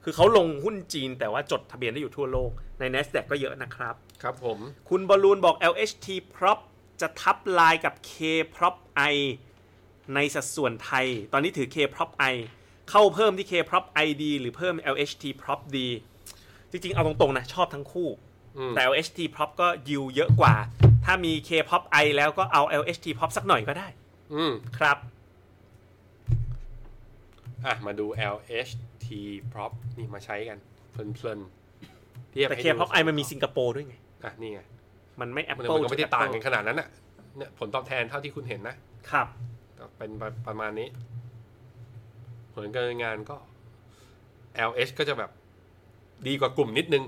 คือเขาลงหุ้นจีนแต่ว่าจดทะเบียนได้อยู่ทั่วโลก ใน NASDAQ ก็เยอะนะครับ ครับผม คุณบอลลูนบอก LHT prop จะทับลายกับ K prop I ในสัดส่วนไทย ตอนนี้ถือ K prop I เข้าเพิ่มที่ K prop ID หรือเพิ่ม LHT prop D จริงๆ เอาตรงๆ นะ ชอบทั้งคู่ แต่ LHT prop ก็ยิวเยอะกว่า ถ้ามี K prop I แล้วก็เอา LHT prop สักหน่อยก็ได้ อืม ครับ อ่ะ มาดู LHT prop นี่มาใช้กัน เพลินๆเทียบ แต่ ให้ K ดู prop I มันมีสิงคโปร์ด้วยไง อ่ะ นี่ไง มันไม่ มัน Apple ก็ไม่ได้ต่างกัน ค ข รับ นาดนั้นอ่ะเนี่ยผลตอบแทนเท่าที่คุณเห็นนะครับ ก็เป็นประมาณนี้ ผลการดำเนินงานก็ LH ก็จะแบบดีกว่ากลุ่มนิดนึง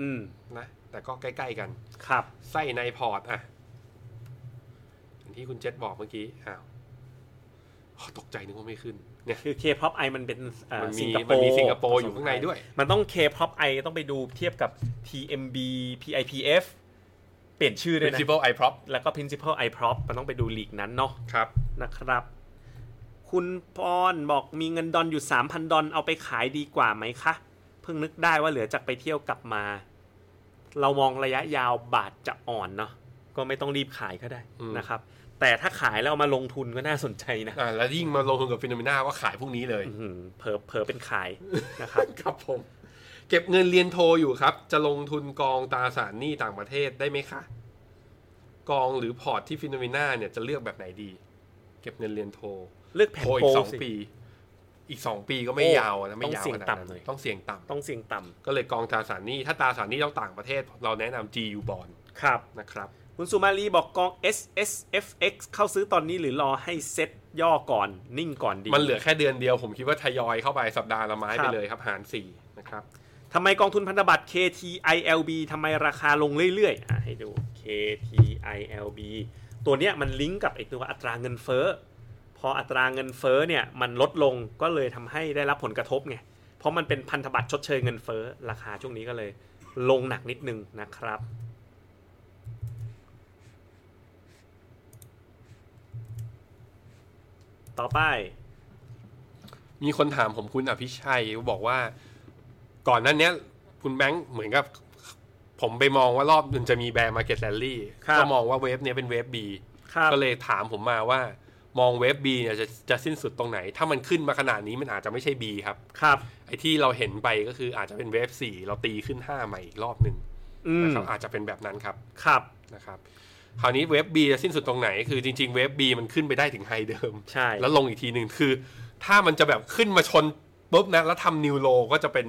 อืม นะแต่ก็ใกล้ ๆ กัน ครับ ไส้ในพอร์ตอ่ะอย่างที่คุณเจษบอกเมื่อกี้อ้าวโอ้ตกใจนึกว่าไม่ขึ้น เนี่ย คือ K-pop I มันเป็นเอ่อ มันมี สิงคโป มัน ร์ มีสิงคโปร์อยู่ข้างในด้วย มันต้อง K-pop I ต้องไปดูเทียบกับ TMB PIPF เปลี่ยนชื่อด้วยนะ principal i prop แล้วก็ Principal I Prop มันต้องไปดูลีกนั้นเนาะ ครับ นะครับ คุณปอนบอกมีเงินดอนอยู่ 3,000 ดอนเอาไปขายดีกว่าไหมคะ เพิ่งนึกได้ว่าเหลือจากไปเที่ยวกลับมา เรามองระยะยาวบาทจะอ่อนเนาะก็ไม่ต้องรีบขายก็ได้นะครับ แต่ถ้าขายแล้วเอามาลงทุนก็น่าสนใจนะ อ่าแล้วยิ่งมาลงทุนกับฟิโนเมนาว่าขายพวกนี้เลย อืมเผลอเผลอเป็นขายนะครับ ครับผม เก็บเงินเรียนโทอยู่ครับ จะลงทุนกองตราสารหนี้ต่างประเทศได้ไหมคะ กองหรือพอร์ตที่ฟิโนเมนาเนี่ยจะเลือกแบบไหนดี เก็บเงินเรียนโท เลือกแผน โทรอี โปร กสอง สิ ปี อีกสองปีก็ไม่ โอ้ ยาวนะไม่ยาต้องวเสี่ยง ขนาดนั้ ต่ำหน่อย นต้องเสี่ยงต่ำ ต้องเสี่ยงต่ำ ก็เลยกองตราสารหนี้ ถ้าตราสารหนี้เราต่างประเทศ เราแนะนำ GU bond ครับ นะครับ คุณสุมาลีบอกกอง S S F X เข้าซื้อตอนนี้หรือรอให้เซ็ตย่อก่อนนิ่งก่อนดี มันเหลือแค่เดือนเดียวผมคิดว่าทยอยเข้าไปสัปดาห์ละไม้ ค ไป รับ เลยครับ หารสี่นะครับ ทำไมกองทุนพันธบัตร KTILB ทำไมราคาลงเรื่อยๆอ่ะให้ดู KTILB ตัวเนี้ยมันลิงก์กับไอตัวอัตราเงินเฟ้อ พออัตราเงินเฟ้อเนี่ยมันลดลงก็เลยทำให้ได้รับผลกระทบไง เพราะมันเป็นพันธบัตรชดเชยเงินเฟ้อ ราคาช่วงนี้ก็เลยลงหนักนิดนึงนะครับ ต่อไป มีคนถามผมคุณอภิชัยบอกว่า ก่อนหนั้นเนี้ยคุณแบงค์เหมือนกับ ผมไปมองว่ารอบมันจะมีแบร์มาเก็ตแ l นลี่ ครับ ก็มองว่าเวฟเนี้ยเป็นเวฟบี ครับ ก็เลยถามผมมาว่ามองเวฟบีเนี่ยจะจะสิ้นสุดตรงไหน ถ้ามันขึ้นมาขนาดนี้มันอาจจะไม่ใช่ B ครับ ครับ ไอ้ที่เราเห็นไปก็คืออาจจะเป็นเวฟสี่เราตีขึ้นห้าใหม่อีกรอบหนึ่ง อืม นะครับอาจจะเป็นแบบนั้นครับ ครับ นะครับคราวนี้เวฟ B จะสิ้นสุดตรงไหน คือจริง ๆ เวฟ B มันขึ้นไปได้ถึงไฮเดิม ใช่ แล้วลงอีกทีหนึ่งคือ ถ้ามันจะแบบขึ้นมาชนปุ๊บนะ แล้วทำนิวโลก็จะเป็น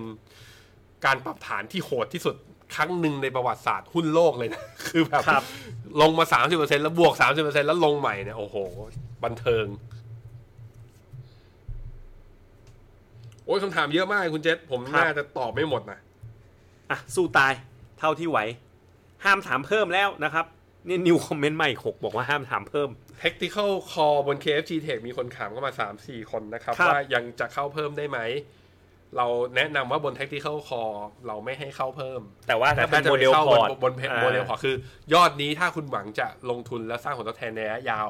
การปรับฐานที่โหดที่สุดครั้งหนึ่งในประวัติศาสตร์หุ้นโลกเลยนะ (laughs) คือแบบ ครับ ลงมา 30%แล้วบวก 30%แล้วลงใหม่เนี่ยโอ้โห บันเทิง โอ้ยคำถามเยอะมากคุณเจษผม ครับ น่าจะตอบไม่หมดนะ อ่ะ สู้ตายเท่าที่ไหว ห้ามถามเพิ่มแล้วนะครับ นี่นิวคอมเมนต์ใหม่หกบอกว่าห้ามถามเพิ่ม Tactical Call บน KFG Tech มีคนถามเข้ามา 3 4 คนนะครับ ครับ ว่ายังจะเข้าเพิ่มได้ไหม เราแนะนำว่าบน Tactical Call เราไม่ให้เข้าเพิ่ม แต่ว่า แต่ ถ้าเป็ ถ้านจะ โม ไป เดล เข้า พ บ อน ร์ต บนบนโมเดลพอร์ตคือ ยอดนี้ถ้าคุณหวังจะลงทุนและสร้างผลตอบแทนในระยะยาว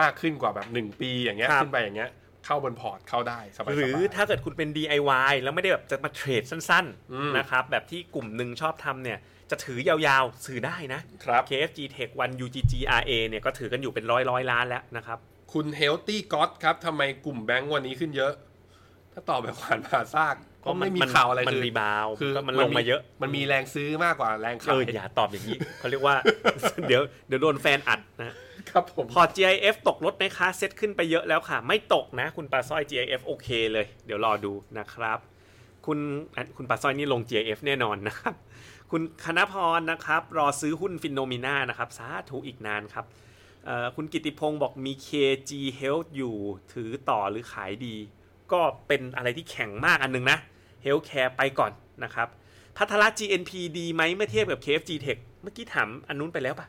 มากขึ้นกว่าแบบ 1 ปีอย่างเงี้ยขึ้นไปอย่างเงี้ยเข้าบนพอร์ตเข้าได้สบายๆ หรือถ้าเกิดคุณเป็น DIY แล้วไม่ได้แบบจะมาเทรดสั้น อืม ๆนะครับ แบบที่กลุ่มหนึ่งชอบทำเนี่ย จะถือยาวๆถือได้นะ ครับ KFG Tech 1 UGGRA เนี่ยก็ถือกันอยู่เป็นร้อยร้อยๆล้านแล้วนะครับ คุณเฮลตี้ก็อตครับทำไมกลุ่มแบงก์วันนี้ขึ้นเยอะ ถ้าตอบแบบขวานผ่าซากก็ไม่มีข่าวอะไร มัน คือ รีบาว คือ ก็มันลงมาเยอะ มันมีแรงซื้อมากกว่าแรงขา เออย (laughs) อย่าตอบอย่างนี้ เขาเรียกว่า เดี๋ยวเดี๋ยวโดนแฟนอัดนะ ครับผม พอร์ต GIF ตกรถไหมคะเซ็ตขึ้นไปเยอะแล้วค่ะ ไม่ตกนะ คุณปลาสร้อย GIF โอเคเลย เดี๋ยวรอดูนะครับ คุณอันคุณปลาสร้อยนี่ลง GIF แน่นอนนะครับ คุณคณพรนะครับ รอซื้อหุ้นฟินโนมิน่านะครับ สาธุอีกนานครับเอ่อคุณกิติพงศ์บอกมี KG Health อยู่ถือต่อหรือขายดี ก็เป็นอะไรที่แข็งมากอันหนึงนะ Healthcare ไปก่อนนะครับ พัทละ GNP ดีไหมเมื่อเทียบกับ KFG Tech เมื่อกี้ถามอันนู้นไปแล้วปะ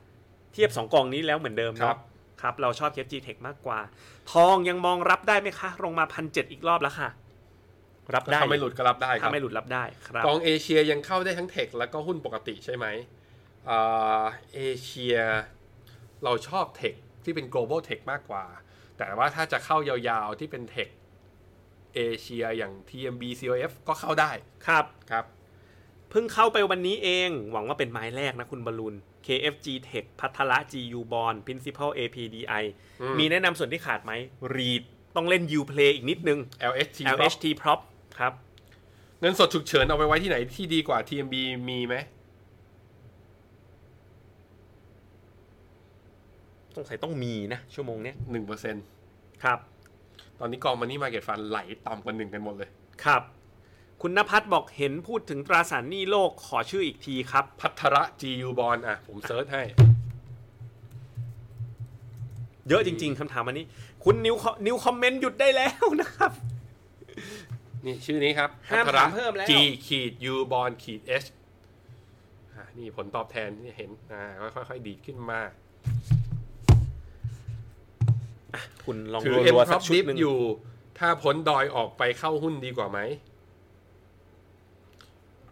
เทียบสองกองนี้แล้วเหมือนเดิม ครั เนาะ บ ครับ เราชอบ KFG Tech มากกว่า ทองยังมองรับได้ไหมคะลงมาพันเอีกรอบแล้วค่ะ รับได้ ถ้าไม่หลุดก็รับได้ค ถ้า รับ ไม่หลุดรับได้ครับ กองเอเชียยังเข้าได้ทั้งเทคแล้วก็หุ้นปกติใช่ไหมอ่าเอเชียเราชอบเทคที่เป็น global tech มากกว่า แต่ว่าถ้าจะเข้ายาวๆที่เป็นเทคเอเชียอย่าง TMB COF ก็เข้าได้ ครับ ครับ เพิ่งเข้าไปวันนี้เอง หวังว่าเป็นไม้แรกนะคุณบอลลูน KFG Tech พัทละ GU Bond Principal APDI อืม มีแนะนำส่วนที่ขาดไหม Read ต้องเล่น U Play อีกนิดนึง LHT LHT Prop ครับ เงินสดฉุกเฉินเอาไปไว้ที่ไหนที่ดีกว่า TMB มีไหม สงสัยต้องมีนะ ชั่วโมงเนี้ย หนึ่งเปอร์เซ็น ครับ ตอนนี้กองมันนี่มาเก็ตฟันไหลต่ำกว่าหนึ่งกันหมดเลย ครับ คุณนภัทรบอกเห็นพูดถึงตราสารหนี้โลกขอชื่ออีกทีครับ พัทระ GU Bond อ่ะ ผมเซิร์ชให้ เยอะจริง ๆคำถามอันนี้ คุณนิวนิวคอมเมนต์หยุดได้แล้วนะครับ นี่ชื่อนี้ครับ ห้าม พัทระ ถามเพิ่มแล้ว G ขีด U Bond ขีด H อ่ะนี่ผลตอบแทนที่เห็นอ่าค่อยๆ ดีดขึ้นมา คุณลอง ถือ M รัวๆ p r สั o ก p ชุด Dip หนึ่ง อยู่ ถ้าพ้นดอยออกไปเข้าหุ้นดีกว่าไหม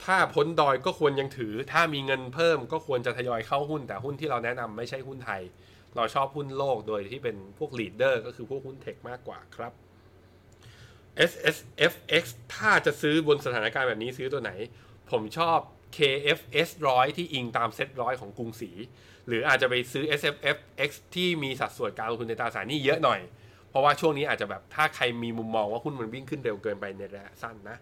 ถ้าพ้นดอยก็ควรยังถือ ถ้ามีเงินเพิ่มก็ควรจะทยอยเข้าหุ้น แต่หุ้นที่เราแนะนำไม่ใช่หุ้นไทย เราชอบหุ้นโลกโดยที่เป็นพวกลีดเดอร์ก็คือพวกหุ้นเทคมากกว่าครับ S S F X ถ้าจะซื้อบนสถานการณ์แบบนี้ซื้อตัวไหน ผมชอบ KFS ร้อยที่อิงตามเซ็ตร้อยของกรุงศรี หรืออาจจะไปซื้อ SFF X ที่มีสัดส่วนการลงทุนในตราสารหนี้เยอะหน่อย เพราะว่าช่วงนี้อาจจะแบบถ้าใครมีมุมมองว่าหุ้นมันวิ่งขึ้นเร็วเกินไปในระยะสั้นนะ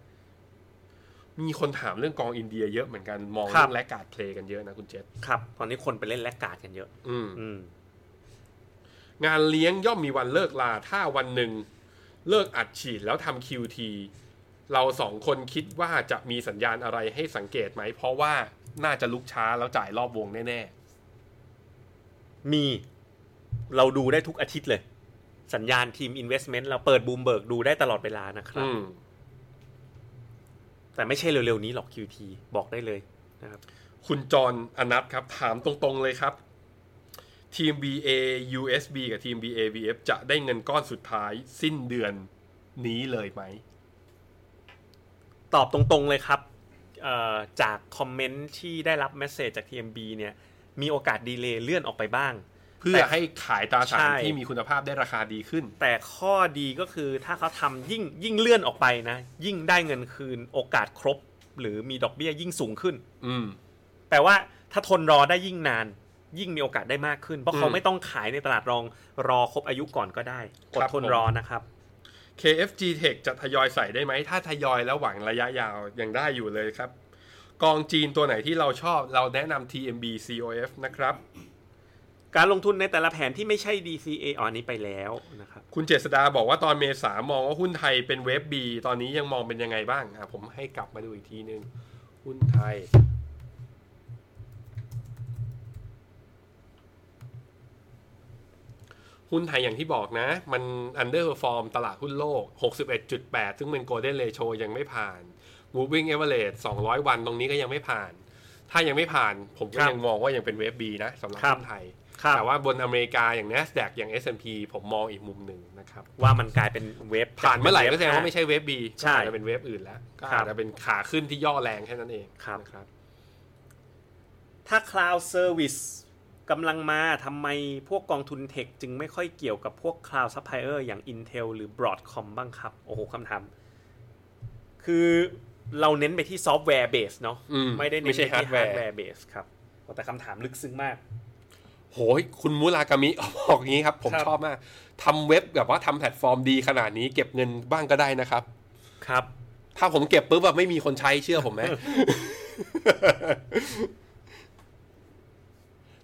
มีคนถามเรื่องกองอินเดียเยอะเหมือนกันมองเรื่องแลกการดเพลย์กันเยอะนะคุณเจษ ครับ ตอนนี้คนไปเล่นแลกการ์ดกันเยอะ อืม อืม งานเลี้ยงย่อมมีวันเลิกลา ถ้าวันหนึ่งเลิกอัดฉีดแล้วทำ QT เราสองคนคิดว่าจะมีสัญญาณอะไรให้สังเกตไหม เพราะว่าน่าจะลุกช้าแล้วจ่ายรอบวงแน่ มี เราดูได้ทุกอาทิตย์เลย สัญญาณทีม Investment เราเปิดบูมเบิร์กดูได้ตลอดเวลานะค ๆ รับ อืม แต่ไม่ใช่เร็วๆนี้หรอก QT บอกได้เลยนะครับ คุณจรอนัทครับ ถามตรงๆเลยครับ ทีม BA USB กับทีม BA BF จะได้เงินก้อนสุดท้าย สิ้นเดือนนี้เลยไหม ตอบตรงๆเลยครับเอ่อจากคอมเมนต์ที่ได้รับเมสเซจจาก TMB เนี่ย มีโอกาสดีเลย์เลื่อนออกไปบ้าง เพื่อให้ขายตราสาร ใช่ ที่มีคุณภาพได้ราคาดีขึ้น แต่ข้อดีก็คือถ้าเขาทำยิ่งยิ่งเลื่อนออกไปนะ ยิ่งได้เงินคืนโอกาสครบ หรือมีดอกเบี้ยยิ่งสูงขึ้น อืม แปลว่าถ้าทนรอได้ยิ่งนาน ยิ่งมีโอกาสได้มากขึ้น เพราะเขา อืม ไม่ต้องขายในตลาดรองรอครบอายุก่อนก็ได้ ค อ รั ด บ ทนรอนะครับ KFG Tech จะทยอยใส่ได้ไหม ถ้าทยอยแล้วหวังระยะยาวยังได้อยู่เลยครับ กองจีนตัวไหนที่เราชอบเราแนะนำ TMB COF นะครับ การลงทุนในแต่ละแผนที่ไม่ใช่ DCA อ๋ออันนี้ไปแล้วนะครับ คุณเจษดาบอกว่าตอนเมษามองว่าหุ้นไทยเป็นเวฟ B ตอนนี้ยังมองเป็นยังไงบ้างอ่ะผมให้กลับมาดูอีกทีนึง หุ้นไทย หุ้นไทยอย่างที่บอกนะ มันอันเดอร์ฟอร์มตลาดหุ้นโลก 61.8 ซึ่งเป็นโกลเด้นเ t โชยังไม่ผ่าน Moving Average 200 วันตรงนี้ก็ยังไม่ผ่าน ถ้ายังไม่ผ่าน ผมก็ ครับ ยังมองว่ายังเป็นเวฟ B นะสำหรับ ครับ หุ้นไทย ครับ แต่ว่าบนอเมริกาอย่าง NASDAQ อย่าง S&P ผมมองอีกมุมหนึ่งนะครับ ว่ามันกลายเป็นเวฟ ผ่านเมื่อไหร่ก็แสดงว่าไม่ใช่เวฟบี ใช่ อาจจะเป็นเวฟอื่นแล้ว ก็อาจจะเป็นขาขึ้นที่ย่อแรงแค่นั้นเอง ครับ นะครับ ถ้า Cloud Service กำลังมาทำไมพวกกองทุนเทคจึงไม่ค่อยเกี่ยวกับพวก Cloud Supplier อย่าง Intel หรือ Broadcom บ้างครับ โอ้โหคำถาม คือเราเน้นไปที่ซอฟต์แวร์เบสเนาะ อืม ไม่ได้เน้น ไม่ ไป ใช่ ที่ฮาร์ดแว hardware ร์เบสครับโอ้แต่คำถามลึกซึ้งมาก โหยคุณมุรากามิ (laughs) บอกงี้ครับ ผม ครับ ชอบมากทำเว็บแบบว่าทำแพลตฟอร์มดีขนาดนี้เก็บเงินบ้างก็ได้นะครับ ครับ ถ้าผมเก็บปุ๊บแบบไม่มี (laughs) คนใช้เชื่อผมไหม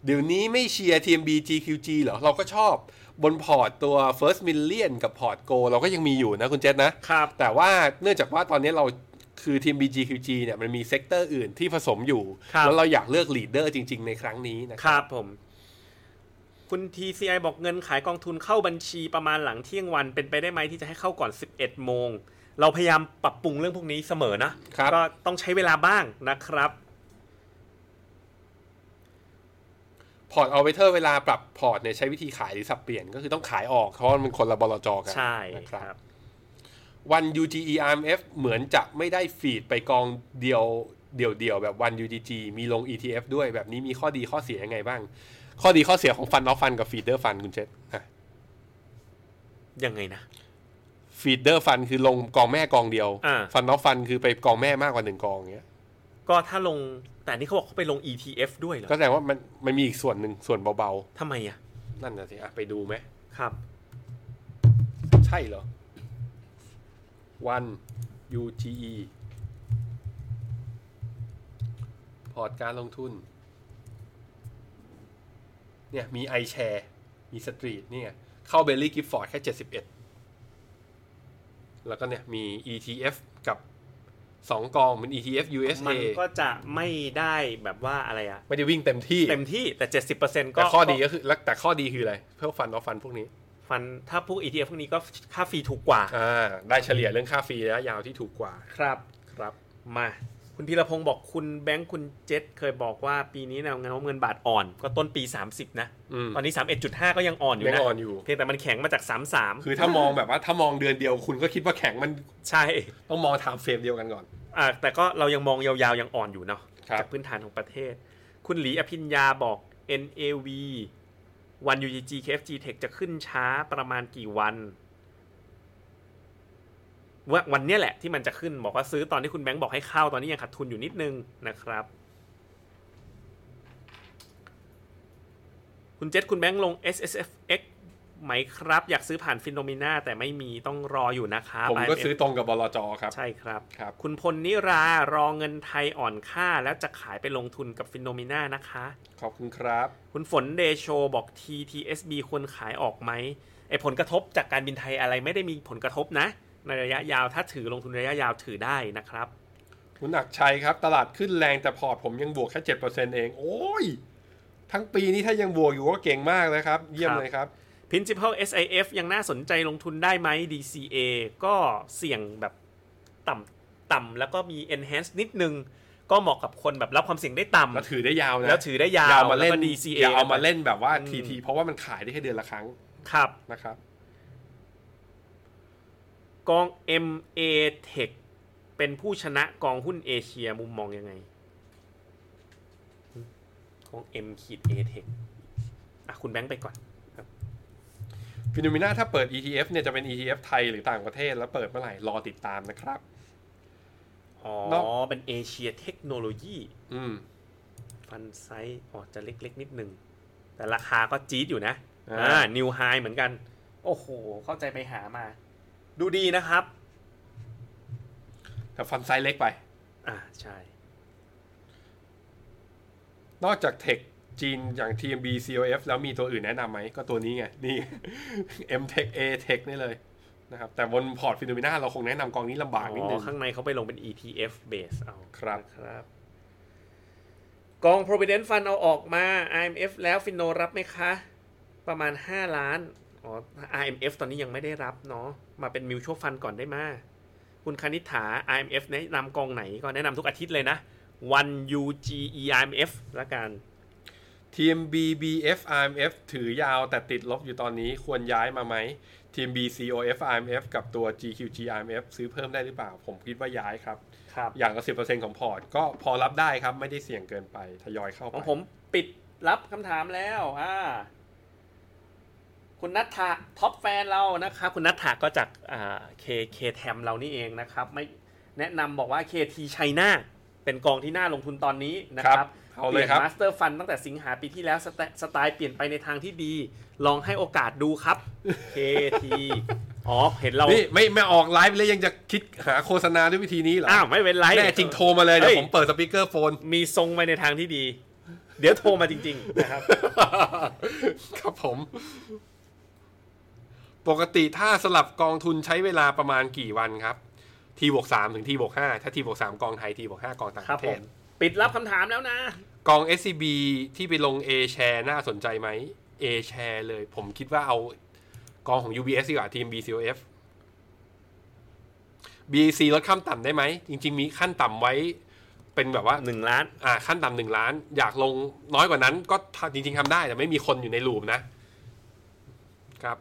เดี๋ยวนี้ไม่เชียร์ TMB GQG เหรอ เราก็ชอบบนพอร์ตตัว First Million กับพอร์ต Go เราก็ยังมีอยู่นะคุณเจษนะ ครับ แต่ว่าเนื่องจากว่าตอนนี้เราคือทีม BGQG เนี่ยมันมีเซกเตอร์อื่นที่ผสมอยู่ ครับ แล้วเราอยากเลือกลีดเดอร์จริง ๆ ในครั้งนี้นะค ครับ รับผม คุณ TCI บอกเงินขายกองทุนเข้าบัญชีประมาณหลังเที่ยงวันเป็นไปได้ไหมที่จะให้เข้าก่อน 11 โมง เราพยายามปรับปรุงเรื่องพวกนี้เสมอนะ ครับ ก็ต้องใช้เวลาบ้างนะครับ พอร์ตเอาไปเทอร์เวลาปรับพอร์ตเนี่ยใช้วิธีขายหรือสับเปลี่ยนก็คือต้องขายออกเพราะว่ามันคนละบลจกัน ใช่ นะคครับ รับ วัน UGE RMF เหมือนจะไม่ได้ฟีดไปกองเดียวเดี่ยวๆแบบวัน UGG มีลง ETF ด้วยแบบนี้มีข้อดีข้อเสียยังไงบ้าง ข้อดีข้อเสียของฟันออฟฟันกับฟีเดอร์ฟันคุณเจษนะ ยังไงนะ ฟีเดอร์ฟันคือลงกองแม่กองเดียว อ่า ฟันออฟฟันคือไปกองแม่มากกว่าหนึ่งกองอย่างเงี้ย ก็ถ้าลงแต่นี่เขาบอกเขาไปลง ETF ด้วยเหรอ ก็แสดงว่ามันมันมีอีกส่วนหนึ่งส่วนเบา ทำไมอ่ะ ๆ นั่นนะสิอ่ะไปดูไหม ครับ ใช่เหรอ วัน UGE พอร์ตการลงทุน เนี่ยมี iShare มีสตรีทเนี่ยเข้าเบลลี่กิฟฟอร์ดแค่ 71 แล้วก็เนี่ยมี ETF กับ 2 กองเป็น ETF มัน USA ก็จะไม่ได้แบบว่าอะไรอะ ไม่ได้วิ่งเต็มที่ เต็มที่แต่ 70%ก็ แต่ข้อดีก็คือแล้วแต่ข้อดีคืออะไร เพื่อฟันออฟฟันพวกนี้ ฟันถ้าพวก ETF พวกนี้ก็ค่าฟรีถูกกว่า อ่าได้เฉลี่ยเรื่องค่าฟรีระยะยาวที่ถูกกว่า ครับครับมา คุณพีรพงศ์บอกคุณแบงค์คุณเจษเคยบอกว่าปีนี้แนวเงินเงินบาทอ่อน ก็ต้นปี 30 นะ อืม ตอนนี้ 31.5 ก็ยังอ่อนอยู่นะ ยังอ่อนอยู่ เพียงแต่มันแข็งมาจาก คือถ้ามองแบบว่าถ้ามองเดือนเดียวคุณก็คิดว่าแข็งมัน 33 ใช่ ต้องมองไทม์เฟรมเดียวกันก่อน อ่ะแต่ก็เรายังมองยาวๆ ยังอ่อนอยู่เนาะ ครับ จากพื้นฐานของประเทศ คุณหลีอภิญญาบอก NAV วัน UGG KFG Tech จะขึ้นช้าประมาณกี่วันว่าวันเนี้ยแหละที่มันจะขึ้นบอกว่าซื้อตอนที่คุณแบงค์บอกให้เข้าตอนนี้ยังขาดทุนอยู่นิดนึงนะครับ คุณเจษคุณแบงค์ลง S S F X ไหมครับ อยากซื้อผ่านฟินโนมิน่าแต่ไม่มีต้องรออยู่นะครับ ผมก็ซื้อตรงกับบลจครับ ใช่ครับ ครับ คุณพลนิรารอเงินไทยอ่อนค่าแล้วจะขายไปลงทุนกับฟินโนมิน่านะคะ ขอบคุณครับ คุณฝนเดโชบอก TTSB ควรขายออกไหมไอผลกระทบจากการบินไทยอะไรไม่ได้มีผลกระทบนะ ในระยะยาวถ้าถือลงทุนระยะยาวถือได้นะครับ คุณหนักชัยครับ ตลาดขึ้นแรงแต่พอร์ตผมยังบวกแค่เจ็ดเปอร์เซ็นเอง โอ้ย ทั้งปีนี้ถ้ายังบวกอยู่ก็เก่งมากนะครับ เยี่ยม ครับ เลยครับ Principal SIF ยังน่าสนใจลงทุนได้ไหม DCA ก็เสี่ยงแบบต่ำต่ำแล้วก็มี enhance นิดนึง ก็เหมาะกับคนแบบรับความเสี่ยงได้ต่ำ แล้วถือได้ยาวนะ แล้วถือได้ยาว อย่เอามาเล่น แก็ DCA อย่าเอามาเล่นแบบว่า อืม ทีทีเพราะว่ามันขายได้แค่เดือนละครั้ง ครับ นะครับ กอง MA Tech เป็นผู้ชนะกองหุ้นเอเชียมุมมองยังไงกอง M ขีด A Tech อ่ะคุณแบงค์ไปก่อน ฟิโนมิน่าถ้าเปิด ETF เนี่ยจะเป็น ETF ไทยหรือต่างประเทศแล้วเปิดเมื่อไหร่รอติดตามนะครับ อ๋อ เนอะ เป็นเอเชียเทคโนโลยี อืม ฟันไซส์อ๋อจะเล็กๆ นิดนึง แต่ราคาก็จี๊ดอยู่นะ อ่า อ่า นิวไฮเหมือนกัน โอ้โห เข้าใจไปหามา ดูดีนะครับ แต่ฟันไซส์เล็กไป อ่าใช่ นอกจากเทคจีนอย่าง TMB COF แล้วมีตัวอื่นแนะนำไหม ก็ตัวนี้ไง นี่ (laughs) M Tech A Tech นี่เลยนะครับ แต่บนพอร์ตฟิโนมิน่าเราคงแนะนำกองนี้ลำบากนิดนึง อ๋อข้างในเขาไปลงเป็น ETF base เอา ครับ นะครับ กอง Provident Fund เอาออกมา IMF แล้วฟินโนรับไหมคะ ประมาณ 5 ล้าน อ๋อ IMF ตอนนี้ยังไม่ได้รับเนาะ มาเป็นมิวชั่วฟันก่อนได้มา คุณคณิษฐา IMF แนะนำกองไหนก็แนะนำทุกอาทิตย์เลยนะ one UGE IMF ละกัน TMB BF RMF ถือยาวแต่ติดลบอยู่ตอนนี้ควรย้ายมาไหม TMB COF RMF กับตัว GQG RMF ซื้อเพิ่มได้หรือเปล่า ผมคิดว่าย้ายครับ ครับ อย่างละสิของพอร์ต ก็พอรับได้ครับ ไม่ได้เสี่ยงเกินไปทยอยเข้าไป ของผมปิดรับคำถามแล้ว อ่า คุณนัทธาท็อปแฟนเรานะครับ คุณนัทธาก็จากอ่าเคเคแทมเรานี่เองนะครับ ไม่แนะนำบอกว่า KT ชัยนาเป็นกองที่น่าลงทุนตอนนี้นะค ครั รับบ เอาเลยครับ มาสเตอร์ฟันตั้งแต่สิงหาปีที่แล้วสไตสไตล์เปลี่ยนไปในทางที่ดี ลองให้โอกาสดูครับ KT อ๋อ เห็นเรา นี่ไม่ไม่ออกไลฟ์เลยยังจะคิดหาโฆษณาด้วยวิธีนี้เหรอ อ้าวไม่เป็นไร แน่จริงโทรมาเลยเดี๋ย เฮ้ วย ผมเปิดสปีกเกอร์โฟน มีทรงไปในทางที่ดี เดี๋ยวโทรมาจริงๆนะครับ (laughs) ครับผม ปกติถ้าสลับกองทุนใช้เวลาประมาณกี่วันครับ ทีบวกสามถึงทีบวกห้าถ้าทีบวกสามกองไทยทีบวกห้ากองต่าง ครั ป บ ระเท ผ ศ ม ปิดรับคำถามแล้วนะ กอง SCB ที่ไปลง A share น่าสนใจไหม A share เลย ผมคิดว่าเอากองของ UBS ดีกว่าทีม BCOF BC ลดขั้นต่ำได้ไหม จริง ๆ มีขั้นต่ำไว้เป็นแบบว่า หนึ่งล้าน อ่าขั้นต่ำหนึ่งล้าน อยากลงน้อยกว่านั้นก็ทำจริง ๆทำได้ แต่ไม่มีคนอยู่ในรูมนะ ครับ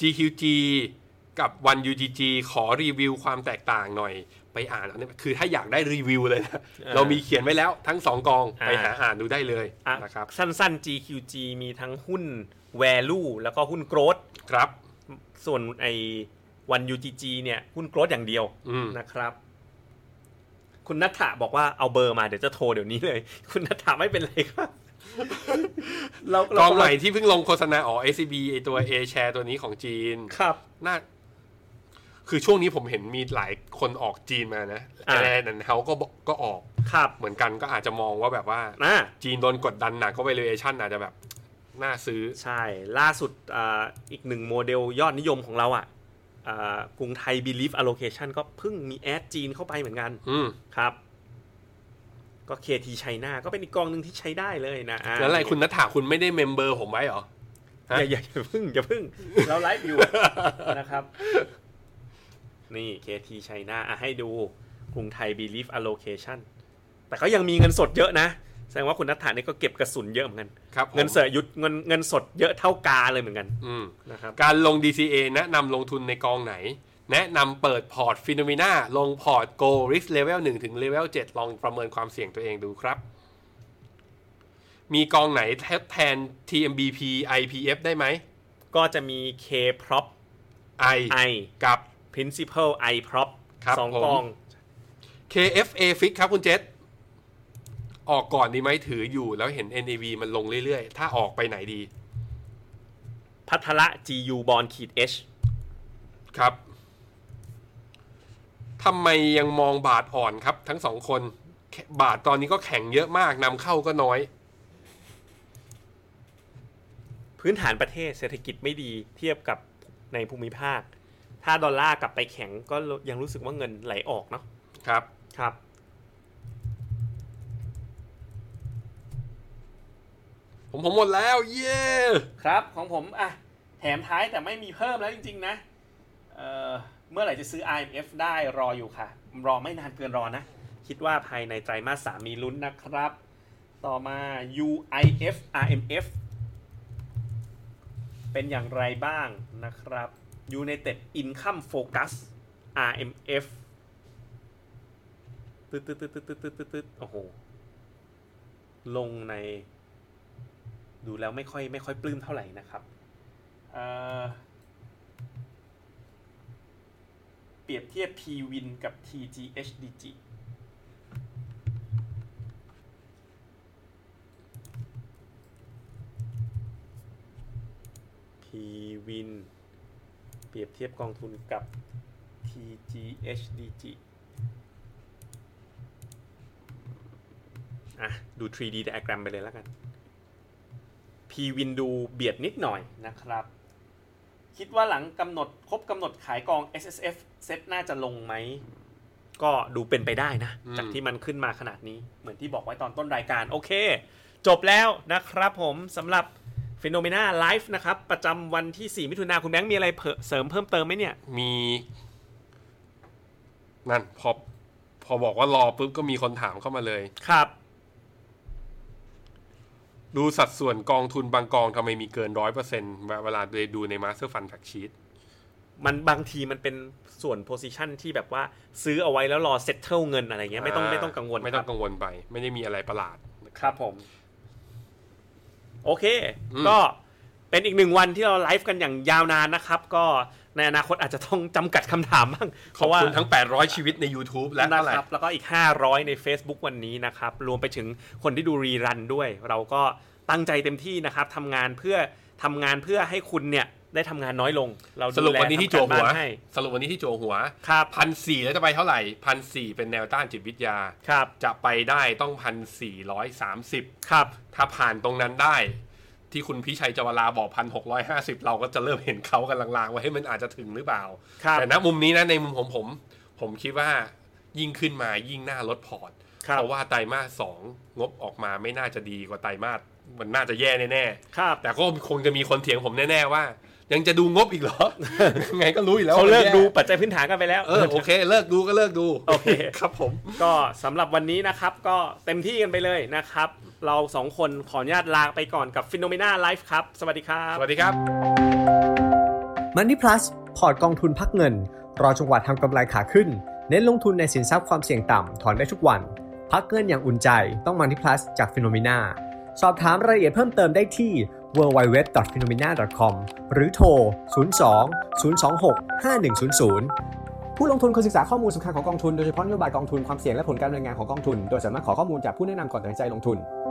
GQG กับ One UGG ขอรีวิวความแตกต่างหน่อย ไปอ่านเอาเนี่ยคือถ้าอยากได้รีวิวเลยนะ อ่า เรามีเขียนไว้แล้วทั้งสองกอง อ่า ไปหาอ่านดูได้เลย อ่ะ นะครับ สั้นๆ GQG มีทั้งหุ้น value แล้วก็หุ้น growth ครับ ส่วนไอวัน UGG เนี่ย หุ้น growth อย่างเดียว อืม นะครับ คุณนัทธะบอกว่าเอาเบอร์มาเดี๋ยวจะโทรเดี๋ยวนี้เลย (laughs) คุณนัทธะไม่เป็นไรครับ เรา ก เรา องใหม่ที่เพิ่งลงโฆษณาอ๋อ SCB ไอตัว A share ตัวนี้ของจีน ครับ น่าคือช่วงนี้ผมเห็นมีหลายคนออกจีนมานะ อ่า แอนนันเฮาก็บอกก็ออก ครับ เหมือนกันก็อาจจะมองว่าแบบว่า นะ จีนโดนกดดันหนักก็ valuation อาจจะแบบ น่าซื้อ ใช่ ล่าสุดอ่าอีกหนึ่งโมเดลยอดนิยมของเราอ่ะอ่ากรุงไทย Belief Allocation ก็เพิ่งมีแอดจีนเข้าไปเหมือนกัน อืม ครับ ก็ KT ไชน่าก็เป็นอีกกองหนึ่งที่ใช้ได้เลยนะา แล้วอะไรคุณนัทถาคุณไม่ได้เมมเบอร์ผมไว้เหรอ อย่าอย่าอย่าพึ่งอย่าพึ่ง เราไลฟ์อยู่ (laughs) นะครับ นี่ KT ไชน่าอ่ะให้ดูกรุงไทย Belief Allocation แต่ก็ยังมีเงินสดเยอะนะ แสดงว่าคุณนัทฐานนี่ก็เก็บกระสุนเยอะเหมือนกัน ครับผม เงินเสดยุดเงินเงินสดเยอะเท่ากาเลยเหมือนกัน อืม นะครับ การลง DCA แนะนำลงทุนในกองไหน แนะนำเปิดพอร์ตฟิโนเมนาลงพอร์ต Go Risk Level 1 ถึง Level 7 ลองประเมินความเสี่ยงตัวเองดูครับ มีกองไหนทดแทน TMBP IPF ได้ไหม ก็จะมี K prop I I กับ principal I prop ครับ สอง ผม กอง KFA Fix ครับคุณเจษออกก่อนดีไหมถืออยู่แล้วเห็น NAV มันลงเรื่อยๆ ถ้าออกไปไหนดี พัทละ GU bond ขีด H ครับทำไมยังมองบาทอ่อนครับทั้งสองคนแค่บาทตอนนี้ก็แข็งเยอะมากนำเข้าก็น้อย พื้นฐานประเทศเศรษฐกิจไม่ดีเทียบกับในภูมิภาค ถ้าดอลลาร์กลับไปแข็งก็ยังรู้สึกว่าเงินไหลออกเนาะ ครับ ครับ ผมผมหมดแล้ว เย้ ครับของผมอ่ะแถมท้ายแต่ไม่มีเพิ่มแล้วจริงๆนะเอ่อเมื่อไหร่จะซื้อ IMF ได้รออยู่ค่ะ รอไม่นานเกินรอนะ คิดว่าภายในไตรมาสสามมีลุ้นนะครับ ต่อมา UIF RMF เป็นอย่างไรบ้างนะครับ United Income Focus RMF ตึ๊ดตึ๊ดตึ๊ดตึ๊ดตึ๊ดตึ๊ดตึ๊ดโอ้โห ลงใน ดูแล้วไม่ค่อยไม่ค่อยปลื้มเท่าไหร่นะครับเอ่อเปรียบเทียบ Pwin กับ TGHDG พีวินเปรียบเทียบกองทุนกับ TGHDG อ่ะ ดู 3D diagram ไปเลยแล้วกัน พีวินดูเบียดนิดหน่อยนะครับ คิดว่าหลังกำหนดครบกำหนดขายกอง S S F เซ็ตน่าจะลงไหม ก็ดูเป็นไปได้นะ จากที่มันขึ้นมาขนาดนี้เหมือนที่บอกไว้ตอนต้นรายการ โอเค จบแล้วนะครับผมสำหรับฟิโนเมนาไลฟ์นะครับ ประจำวันที่ 4 มิถุนาคุณแบงค์มีอะไรเพิ่มเสริมเพิ่มเติมไหมเนี่ย มี นั่นพอพอบอกว่ารอปุ๊บก็มีคนถามเข้ามาเลย ครับ ดูสัดส่วนกองทุนบางกองทำไมมีเกินร้อยเปอร์เซ็นต์เวลาไปดูใน Master Fund Fact Sheet มันบางทีมันเป็นส่วนโพซิชันที่แบบว่าซื้อเอาไว้แล้วรอเซ็ตเทิลเงินอะไรเงี้ยไม่ต้องไม่ต้องกังวล ไม่ ค ต้ รั อบ งกังวลไป ไม่ได้มีอะไรประหลาด ครับผม โอเค อืม ก็เป็นอีกหนึ่งวันที่เราไลฟ์กันอย่างยาวนานนะครับ ก็ในอนาคตอาจจะต้องจำกัดคำถามบ้าง ข เพ อบ ราะว่า คุณทั้ง 800 ชีวิตใน YouTube และ นะ อะไร ครับ แล้วก็อีก 500 ใน Facebook วันนี้นะครับ รวมไปถึงคนที่ดูรีรันด้วย เราก็ตั้งใจเต็มที่นะครับทำงานเพื่อทำงานเพื่อให้คุณเนี่ย ได้ทำงานน้อยลง เรา ส ดู รุป แล วันนี้ที่จั่ว ทำการ หัว บ้านให้ สรุปวันนี้ที่จั่วหัว ครับ พันสี่แล้วจะไปเท่าไหร่พันสี่เป็นแนวต้านจิตวิทยา ครับ จะไปได้ต้องพันสี่ร้อยสามสิบ ครับ ถ้าผ่านตรงนั้นได้ ที่คุณพิชัยจวราบอกพันหกร้อยห้าสิบเราก็จะเริ่มเห็นเขากันลางๆว่าให้ยมันอาจจะถึงหรือเปล่า ครับ แต่ณมุมนี้นะในมุมของผม ผมคิดว่ายิ่งขึ้นมายิ่งน่าลดพอร์ต ครับ เพราะว่าไตรมาสสองงบออกมาไม่น่าจะดีกว่าไตรมาสมันน่าจะแย่แน่ ครับ ๆแต่ก็คงจะมีคนเถียงผมแน่ๆว่า ยังจะดูงบอีกเหรอ (laughs) ยังไงก็รู้อยู่แล้ว เขาเลิก มันแย่ ดูปัจจัยพื้นฐานกันไปแล้ว เออโอเค เลิกดูก็เลิกดู โอเค ครับผม ก็สำหรับวันนี้นะครับก็เต็มที่กันไปเลยนะครับ เราสองคนขออนุญาตลาไปก่อนกับฟิโนเมนาไลฟ์ครับ สวัสดีครับ สวัสดีครับ Money Plus พอร์ตกองทุนพักเงิน รอจังหวะทำกำไรขาขึ้น เน้นลงทุนในสินทรัพย์ความเสี่ยงต่ำ ถอนได้ทุกวัน พักเงินอย่างอุ่นใจต้อง Money Plus จาก p h e n o m e n a สอบถามรายละเอียดเพิ่มเติมได้ที่ www.phenomena.com หรือโทร 02 026 5100 ผู้ลงทุนควรศึกษาข้อมูลสำคัญของกองทุน โดยเฉพาะนโยบายกองทุนความเสี่ยงและผลการดำเนินงานของกองทุน โดยสามารถขอข้อมูลจากผู้แนะนำก่อนตัดสินใจลงทุน